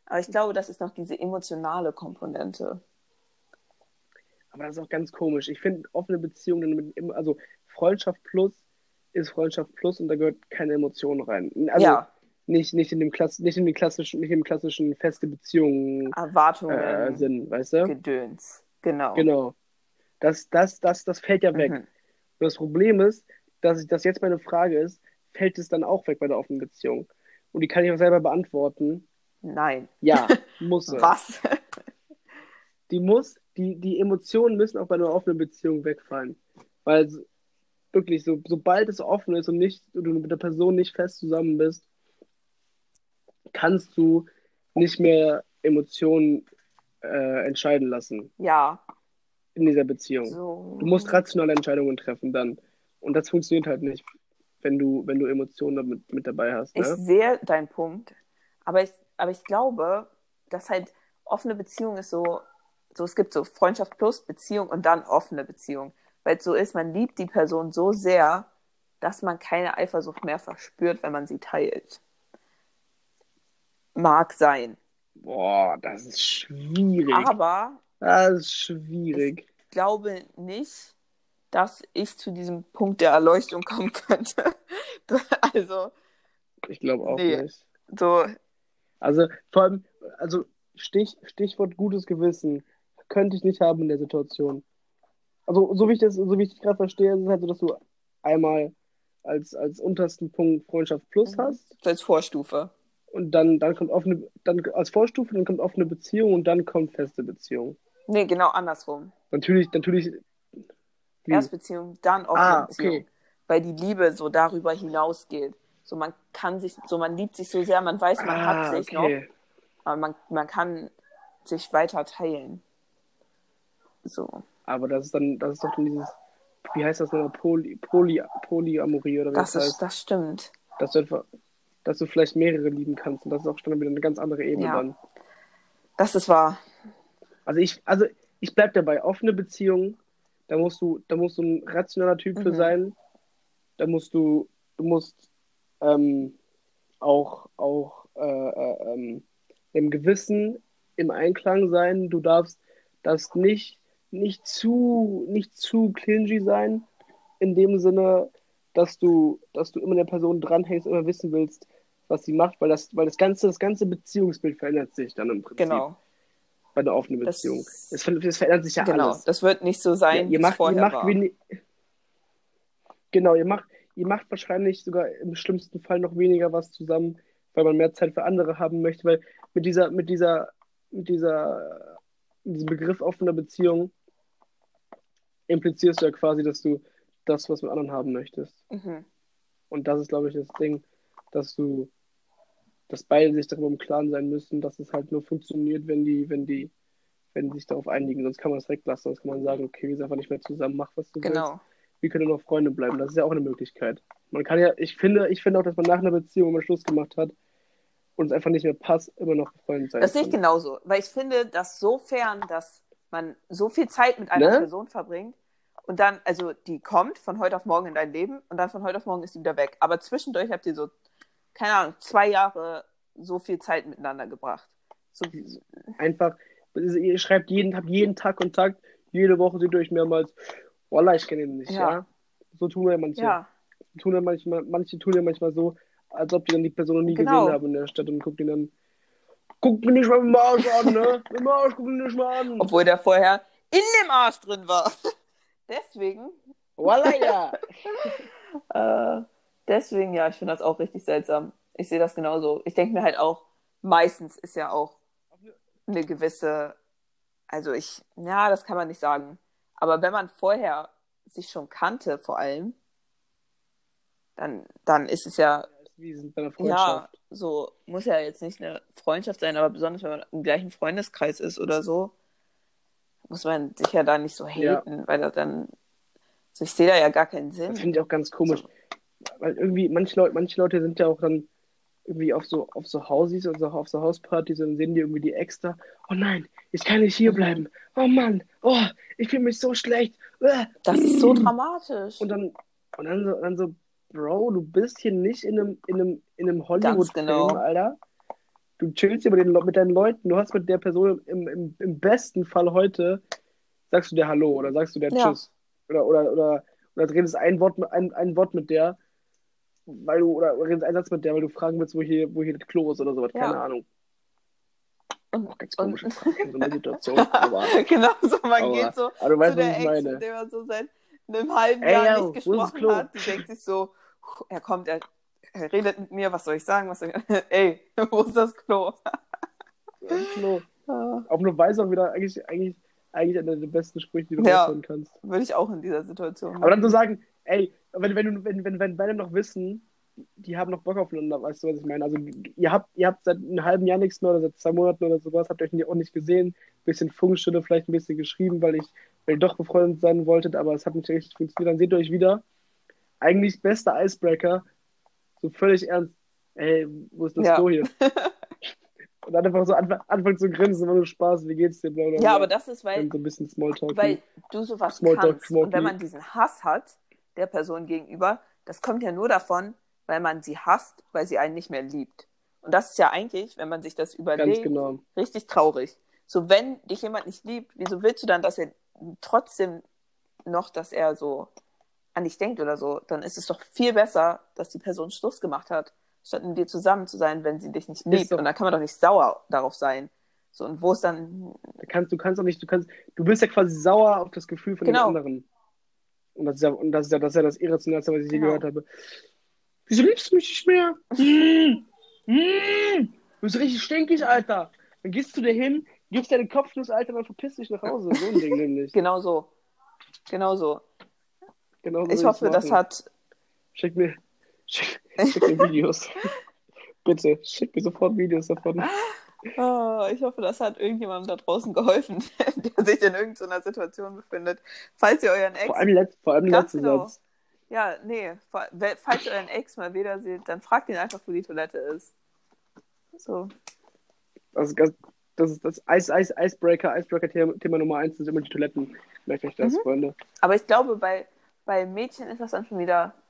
[SPEAKER 1] Aber ich glaube, das ist noch diese emotionale Komponente.
[SPEAKER 2] Aber das ist auch ganz komisch. Ich finde offene Beziehungen mit im- also Freundschaft plus ist Freundschaft plus und da gehört keine Emotion rein. Also
[SPEAKER 1] ja,
[SPEAKER 2] nicht, nicht in dem Klass nicht in den klassischen, nicht im klassischen feste Beziehungen
[SPEAKER 1] Erwartungen,
[SPEAKER 2] äh, Sinn, weißt du?
[SPEAKER 1] Gedöns. Genau.
[SPEAKER 2] Genau. Das, das, das, das fällt ja weg.
[SPEAKER 1] Mhm.
[SPEAKER 2] Und das Problem ist, dass ich das jetzt meine Frage ist, fällt es dann auch weg bei der offenen Beziehung? Und die kann ich auch selber beantworten.
[SPEAKER 1] Nein.
[SPEAKER 2] Ja, muss es.
[SPEAKER 1] Was?
[SPEAKER 2] die muss, die, die Emotionen müssen auch bei einer offenen Beziehung wegfallen. Weil s- wirklich, so, sobald es offen ist und nicht, und du mit der Person nicht fest zusammen bist, kannst du nicht mehr Emotionen äh, entscheiden lassen
[SPEAKER 1] ja.
[SPEAKER 2] in dieser Beziehung.
[SPEAKER 1] So.
[SPEAKER 2] Also, Du musst rationale Entscheidungen treffen dann. Und das funktioniert halt nicht, wenn du, wenn du Emotionen damit, mit dabei hast.
[SPEAKER 1] Ich
[SPEAKER 2] Ne?
[SPEAKER 1] sehe deinen Punkt, aber ich, aber ich glaube, dass halt offene Beziehung ist so, so es gibt so Freundschaft plus Beziehung und dann offene Beziehung. Weil es so ist, man liebt die Person so sehr, dass man keine Eifersucht mehr verspürt, wenn man sie teilt. Mag sein.
[SPEAKER 2] Boah, das ist schwierig.
[SPEAKER 1] Aber
[SPEAKER 2] das ist schwierig.
[SPEAKER 1] ich glaube nicht, dass ich zu diesem Punkt der Erleuchtung kommen könnte. Also,
[SPEAKER 2] Ich glaube auch
[SPEAKER 1] Nee.
[SPEAKER 2] nicht.
[SPEAKER 1] so,
[SPEAKER 2] Also vor allem, also Stich, Stichwort gutes Gewissen könnte ich nicht haben in der Situation. Also so wie ich das, so wie ich dich gerade verstehe, ist es halt so, dass du einmal als, als untersten Punkt Freundschaft Plus
[SPEAKER 1] Mhm.
[SPEAKER 2] hast
[SPEAKER 1] so als Vorstufe.
[SPEAKER 2] und dann, dann kommt offene, dann als Vorstufe, dann kommt offene Beziehung und dann kommt feste Beziehung.
[SPEAKER 1] Nee, genau andersrum.
[SPEAKER 2] Natürlich, natürlich. wie?
[SPEAKER 1] Erst Beziehung, dann offene
[SPEAKER 2] Hm. Ah,
[SPEAKER 1] Beziehung.
[SPEAKER 2] okay.
[SPEAKER 1] Weil die Liebe so darüber hinausgeht. So man kann sich, so man liebt sich so sehr, man weiß, man
[SPEAKER 2] Ah,
[SPEAKER 1] hat sich noch,
[SPEAKER 2] okay.
[SPEAKER 1] aber man, man kann sich weiter teilen. So.
[SPEAKER 2] Aber das ist dann, das ist doch dann dieses, wie heißt das nochmal, Poly, Poly, Polyamorie oder wie
[SPEAKER 1] Das,
[SPEAKER 2] das heißt?
[SPEAKER 1] ist, das stimmt.
[SPEAKER 2] dass du einfach, dass du vielleicht mehrere lieben kannst und das ist auch schon wieder eine ganz andere Ebene
[SPEAKER 1] Ja.
[SPEAKER 2] dann.
[SPEAKER 1] Das ist wahr.
[SPEAKER 2] Also ich, also ich bleib dabei, offene Beziehungen, da musst du, da musst du ein rationaler Typ für
[SPEAKER 1] Mhm.
[SPEAKER 2] sein, da musst du, du musst ähm, auch, auch äh, äh, ähm, dem Gewissen im Einklang sein. Du darfst das nicht, nicht zu, nicht zu clingy sein, in dem Sinne, dass du, dass du immer der Person dranhängst, immer wissen willst, was sie macht, weil das, weil das ganze, das ganze Beziehungsbild verändert sich dann im Prinzip
[SPEAKER 1] Genau.
[SPEAKER 2] bei einer offenen
[SPEAKER 1] Das-
[SPEAKER 2] Beziehung. Es, ver- es verändert sich ja
[SPEAKER 1] genau.
[SPEAKER 2] alles.
[SPEAKER 1] Das wird nicht so sein,
[SPEAKER 2] Ja,
[SPEAKER 1] wie
[SPEAKER 2] ihr
[SPEAKER 1] es
[SPEAKER 2] macht, ihr
[SPEAKER 1] vorher
[SPEAKER 2] macht
[SPEAKER 1] war.
[SPEAKER 2] wen- genau, ihr macht, ihr macht wahrscheinlich sogar im schlimmsten Fall noch weniger was zusammen, weil man mehr Zeit für andere haben möchte, weil mit dieser, mit dieser, mit dieser, mit diesem Begriff offener Beziehung implizierst du ja quasi, dass du das, was mit anderen haben möchtest.
[SPEAKER 1] mhm.
[SPEAKER 2] Und das ist, glaube ich, das Ding, dass du, dass beide sich darüber im Klaren sein müssen, dass es halt nur funktioniert, wenn die, wenn die, wenn die sich darauf einigen. Sonst kann man es weglassen, sonst kann man sagen, okay, wir sind einfach nicht mehr zusammen, mach was du willst.
[SPEAKER 1] Genau.
[SPEAKER 2] Wir können nur Freunde bleiben. Das ist ja auch eine Möglichkeit. Man kann ja, ich finde, ich finde auch, dass man nach einer Beziehung, wenn man Schluss gemacht hat und es einfach nicht mehr passt, immer noch befreundet sein
[SPEAKER 1] Das sehe ich
[SPEAKER 2] kann.
[SPEAKER 1] genauso. Weil ich finde, dass sofern, dass man so viel Zeit mit einer
[SPEAKER 2] Ne?
[SPEAKER 1] Person verbringt und dann, also die kommt von heute auf morgen in dein Leben und dann von heute auf morgen ist die wieder weg. Aber zwischendurch habt ihr so, keine Ahnung, zwei Jahre so viel Zeit miteinander gebracht. So, genau.
[SPEAKER 2] Einfach, ihr schreibt jeden, habt jeden Tag Kontakt, jede Woche seht ihr euch mehrmals. Wallah, ich kenne ihn nicht,
[SPEAKER 1] Ja.
[SPEAKER 2] ja. So tun ja manche.
[SPEAKER 1] ja,
[SPEAKER 2] tun ja manchmal, manche tun ja manchmal so, als ob die dann die Person noch nie
[SPEAKER 1] Genau.
[SPEAKER 2] gesehen haben in der Stadt und guckt ihn dann, guckt mich nicht mal mit dem Arsch an, ne? Mit dem Arsch guckt mich nicht mal an.
[SPEAKER 1] obwohl der vorher in dem Arsch drin war. Deswegen
[SPEAKER 2] Voila, ja.
[SPEAKER 1] Äh, deswegen, ja, ich finde das auch richtig seltsam. Ich sehe das genauso. Ich denke mir halt auch, meistens ist ja auch eine gewisse, also ich, ja, das kann man nicht sagen. Aber wenn man vorher sich schon kannte, vor allem, dann, dann ist es ja,
[SPEAKER 2] Wie sind bei einer
[SPEAKER 1] ja,
[SPEAKER 2] Freundschaft.
[SPEAKER 1] so, muss ja jetzt nicht eine Freundschaft sein, aber besonders wenn man im gleichen Freundeskreis ist oder so, muss man sich ja da nicht so
[SPEAKER 2] Ja.
[SPEAKER 1] haten, weil da dann, also ich sehe da ja gar keinen Sinn.
[SPEAKER 2] Das finde ich auch ganz komisch. Weil irgendwie, manche Leute, manche Leute sind ja auch dann irgendwie auf so, auf so Hausies und so auf so Hauspartys und sehen die irgendwie die extra. Oh nein, ich kann nicht hier bleiben. Oh Mann, oh, ich fühle mich so schlecht. Uah.
[SPEAKER 1] Das ist so dramatisch.
[SPEAKER 2] Und dann, und dann so, dann so, Bro, du bist hier nicht in einem, in einem, in einem
[SPEAKER 1] Ganz
[SPEAKER 2] Hollywood-Film,
[SPEAKER 1] genau.
[SPEAKER 2] Alter. Du chillst hier mit, den, Le- mit deinen Leuten, du hast mit der Person im, im, im besten Fall heute, sagst du der Hallo oder sagst du der
[SPEAKER 1] Ja.
[SPEAKER 2] Tschüss. Oder, oder, oder, oder redest ein Wort, mit- ein, ein Wort mit der, weil du, oder redest einen Satz mit der, weil du fragen willst, wo hier, wo hier das Klo ist oder sowas,
[SPEAKER 1] Ja.
[SPEAKER 2] keine Ahnung.
[SPEAKER 1] Und-
[SPEAKER 2] Auch ganz
[SPEAKER 1] und-
[SPEAKER 2] komische Frage in so einer Situation. Aber,
[SPEAKER 1] genau so, man
[SPEAKER 2] aber,
[SPEAKER 1] geht so
[SPEAKER 2] aber du
[SPEAKER 1] zu
[SPEAKER 2] weißt,
[SPEAKER 1] der
[SPEAKER 2] was ich
[SPEAKER 1] Ex,
[SPEAKER 2] meine.
[SPEAKER 1] mit dem man so seit einem halben
[SPEAKER 2] Ey,
[SPEAKER 1] Jahr
[SPEAKER 2] yo,
[SPEAKER 1] nicht
[SPEAKER 2] wo ist das
[SPEAKER 1] gesprochen
[SPEAKER 2] Klo?
[SPEAKER 1] hat. Die denkt sich so, er kommt, er, er redet mit mir, was soll ich sagen? Was soll ich... Ey, wo ist das Klo?
[SPEAKER 2] Klo.
[SPEAKER 1] Äh,
[SPEAKER 2] Auf eine Weise auch wieder eigentlich, eigentlich, eigentlich einer der besten Sprüche, die du
[SPEAKER 1] Ja.
[SPEAKER 2] raushören kannst.
[SPEAKER 1] Würde ich auch in dieser Situation
[SPEAKER 2] Aber dann zu sagen, ey, wenn, wenn, du- wenn, wenn, wenn beide noch wissen, die haben noch Bock aufeinander, weißt du, was ich meine? Also ihr habt, ihr habt seit einem halben Jahr nichts mehr oder seit zwei Monaten oder sowas, habt euch nie- auch nicht gesehen, bisschen Funkstille, vielleicht ein bisschen geschrieben, weil ich, weil ihr doch befreundet sein wolltet, aber es hat nicht richtig funktioniert, dann seht ihr euch wieder. Eigentlich bester Icebreaker, so völlig ernst, ey, wo ist das
[SPEAKER 1] Ja.
[SPEAKER 2] Klo hier? Und dann einfach so anfangen anfang zu grinsen, immer nur Spaß, wie geht's dir, bla bla
[SPEAKER 1] Ja,
[SPEAKER 2] bla.
[SPEAKER 1] aber das ist,
[SPEAKER 2] Dann
[SPEAKER 1] weil,
[SPEAKER 2] so ein bisschen Smalltalk.
[SPEAKER 1] weil du sowas
[SPEAKER 2] Smalltalk,
[SPEAKER 1] kannst. Und wenn
[SPEAKER 2] Smokey.
[SPEAKER 1] man diesen Hass hat, der Person gegenüber, das kommt ja nur davon, weil man sie hasst, weil sie einen nicht mehr liebt. Und das ist ja eigentlich, wenn man sich das
[SPEAKER 2] Ganz
[SPEAKER 1] überlegt,
[SPEAKER 2] genau.
[SPEAKER 1] richtig traurig. So, wenn dich jemand nicht liebt, wieso willst du dann, dass er trotzdem noch, dass er so an dich denkt oder so? Dann ist es doch viel besser, dass die Person Schluss gemacht hat, statt mit dir zusammen zu sein, wenn sie dich nicht liebt.
[SPEAKER 2] doch-
[SPEAKER 1] Und dann kann man doch nicht sauer darauf sein. So, und wo ist dann,
[SPEAKER 2] Du kannst, du kannst auch nicht, du kannst, du bist ja quasi sauer auf das Gefühl von
[SPEAKER 1] Genau.
[SPEAKER 2] den anderen. Und das ist ja, und das ist ja, das ist ja das Irrationalste, was ich je
[SPEAKER 1] Genau.
[SPEAKER 2] gehört habe. Wieso liebst du mich nicht mehr? Hm. Hm. Du bist richtig stinkig, Alter. Dann gehst du dir hin, gibst deine Kopfnuss, Alter, und dann verpisst dich nach Hause. So ein Ding nämlich.
[SPEAKER 1] genau so. Genau so.
[SPEAKER 2] Genau so
[SPEAKER 1] Ich
[SPEAKER 2] will
[SPEAKER 1] hoffe,
[SPEAKER 2] ich's
[SPEAKER 1] das
[SPEAKER 2] machen.
[SPEAKER 1] hat,
[SPEAKER 2] Schick mir, schick, schick mir Videos. Bitte, schick mir sofort Videos davon.
[SPEAKER 1] Ah, oh, ich hoffe, das hat irgendjemandem da draußen geholfen, der sich in irgendeiner Situation befindet. Falls ihr euren Ex
[SPEAKER 2] Vor allem, letzt, vor allem
[SPEAKER 1] Ganz
[SPEAKER 2] letzten
[SPEAKER 1] genau.
[SPEAKER 2] Satz.
[SPEAKER 1] Ja, nee. fa- we- Falls ihr euren Ex mal wieder seht, dann fragt ihn einfach, wo die Toilette ist. So.
[SPEAKER 2] Das ist, ganz, das, ist das Eis, Eis, Icebreaker, Icebreaker-Thema Thema Nummer eins sind immer die Toiletten. Vielleicht euch das,
[SPEAKER 1] Mhm.
[SPEAKER 2] Freunde.
[SPEAKER 1] Aber ich glaube, bei, bei Mädchen ist das dann schon wieder ein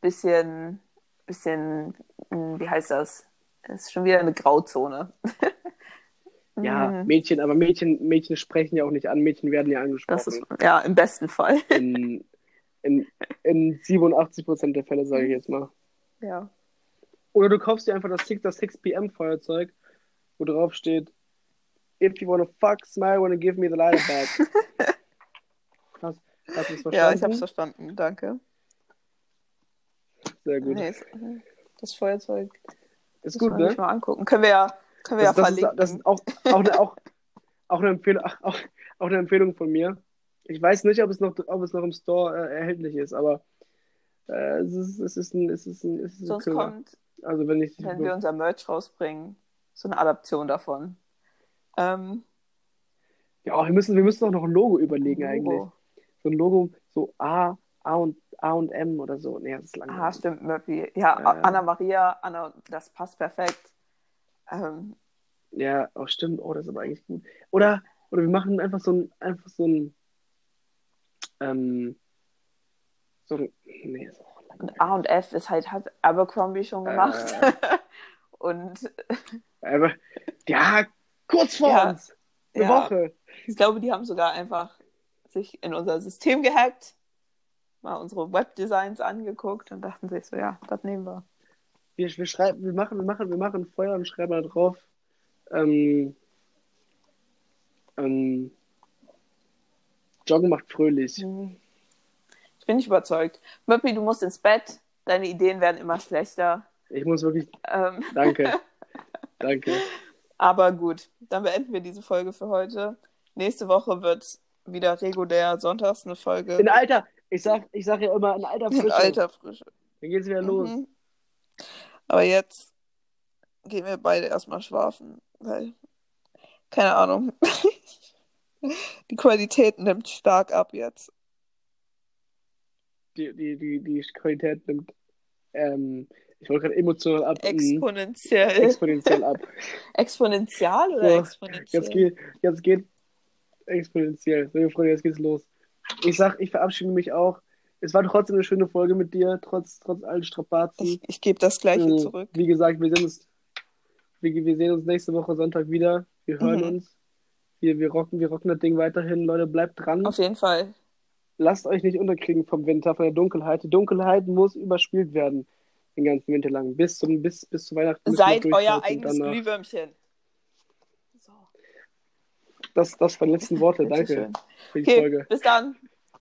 [SPEAKER 1] bisschen bisschen, mh, wie heißt das? Das ist schon wieder eine Grauzone. Hm,
[SPEAKER 2] Ja, Mädchen, aber Mädchen, Mädchen sprechen ja auch nicht an, Mädchen werden ja angesprochen.
[SPEAKER 1] Mhm. Das ist, ja, im besten Fall.
[SPEAKER 2] in, in, in 87% der Fälle, sage ich jetzt mal.
[SPEAKER 1] Ja.
[SPEAKER 2] Oder du kaufst dir einfach das 6, das 6 PM Feuerzeug, wo drauf steht, if you wanna fuck, smile, wanna give me the lighter back. hast, hast du es verstanden?
[SPEAKER 1] Ja, ich hab's verstanden, danke.
[SPEAKER 2] Sehr gut.
[SPEAKER 1] Nee, es- das Feuerzeug
[SPEAKER 2] ist
[SPEAKER 1] müssen
[SPEAKER 2] gut,
[SPEAKER 1] wir
[SPEAKER 2] ne?
[SPEAKER 1] nicht mal angucken. Können wir ja, können wir
[SPEAKER 2] Das,
[SPEAKER 1] ja
[SPEAKER 2] das, ist,
[SPEAKER 1] verlinken.
[SPEAKER 2] das ist auch, auch, eine, auch, auch, eine Empfehlung, auch, auch eine Empfehlung von mir. Ich weiß nicht, ob es noch, ob es noch im Store äh, erhältlich ist, aber äh, es, ist, es ist ein, es ist ein, es ist ein
[SPEAKER 1] Sonst
[SPEAKER 2] Knüller.
[SPEAKER 1] kommt,
[SPEAKER 2] Also wenn ich
[SPEAKER 1] wenn wir unser Merch rausbringen, so eine Adaption davon. Ähm,
[SPEAKER 2] ja, wir müssen, wir müssen auch noch ein Logo überlegen
[SPEAKER 1] Logo.
[SPEAKER 2] eigentlich. So ein Logo, so A, A und A und M oder so. Nee, das ist
[SPEAKER 1] Ah,
[SPEAKER 2] langweilig.
[SPEAKER 1] stimmt, Murphy. Ja,
[SPEAKER 2] Ja, ja.
[SPEAKER 1] Anna-Maria, Anna, das passt perfekt. Ähm,
[SPEAKER 2] Ja, oh, stimmt. Oh, das ist aber eigentlich gut. Oder, oder wir machen einfach so ein, einfach so ein, ähm, so ein, nee, ist auch langweilig.
[SPEAKER 1] und A und F ist halt, hat Abercrombie schon
[SPEAKER 2] Äh.
[SPEAKER 1] gemacht. und
[SPEAKER 2] Aber, ja, kurz vor
[SPEAKER 1] Ja.
[SPEAKER 2] uns. Eine
[SPEAKER 1] Ja.
[SPEAKER 2] Woche.
[SPEAKER 1] ich glaube, die haben sogar einfach sich in unser System gehackt, mal unsere Webdesigns angeguckt und dachten sich so, ja, das nehmen wir.
[SPEAKER 2] Wir, wir schreiben, wir machen, wir machen, wir machen Feuer und schreiben da drauf, ähm, ähm, Joggen macht fröhlich.
[SPEAKER 1] Ich bin nicht überzeugt. Murphy, du musst ins Bett. Deine Ideen werden immer schlechter.
[SPEAKER 2] Ich muss wirklich,
[SPEAKER 1] Ähm,
[SPEAKER 2] danke. Danke.
[SPEAKER 1] aber gut, dann beenden wir diese Folge für heute. Nächste Woche wird wieder regulär sonntags eine Folge.
[SPEAKER 2] In alter, ich sag, ich sag ja immer, in alter
[SPEAKER 1] In
[SPEAKER 2] Frische.
[SPEAKER 1] alter Frische.
[SPEAKER 2] Dann geht's wieder los.
[SPEAKER 1] Mhm. Aber jetzt gehen wir beide erstmal schlafen, weil, keine Ahnung, die Qualität nimmt stark ab jetzt.
[SPEAKER 2] Die, die, die, die Qualität nimmt, ähm, ich wollte gerade emotional ab. Mhm.
[SPEAKER 1] Exponentiell.
[SPEAKER 2] Exponentiell ab.
[SPEAKER 1] Exponential oder
[SPEAKER 2] Ja,
[SPEAKER 1] exponentiell?
[SPEAKER 2] Jetzt geht, jetzt geht exponentiell. So, liebe Freunde, jetzt geht's los. Ich sag, ich verabschiede mich auch. Es war trotzdem eine schöne Folge mit dir, trotz, trotz allen Strapazen.
[SPEAKER 1] Ich, ich gebe das Gleiche
[SPEAKER 2] Äh,
[SPEAKER 1] zurück.
[SPEAKER 2] Wie gesagt, wir sehen uns, wir, wir sehen uns nächste Woche Sonntag wieder. Wir hören
[SPEAKER 1] Mhm.
[SPEAKER 2] uns. Wir, wir rocken, wir rocken das Ding weiterhin. Leute, bleibt dran.
[SPEAKER 1] Auf jeden Fall.
[SPEAKER 2] Lasst euch nicht unterkriegen vom Winter, von der Dunkelheit. Die Dunkelheit muss überspielt werden. Den ganzen Winter lang. Bis zum, bis, bis zu Weihnachten. müssen wir
[SPEAKER 1] Seid euer
[SPEAKER 2] durchhalten.
[SPEAKER 1] eigenes
[SPEAKER 2] Danach-
[SPEAKER 1] Glühwürmchen. So,
[SPEAKER 2] Das, das waren die letzten Worte. Danke
[SPEAKER 1] bitteschön.
[SPEAKER 2] für die
[SPEAKER 1] Okay,
[SPEAKER 2] Folge.
[SPEAKER 1] bis dann.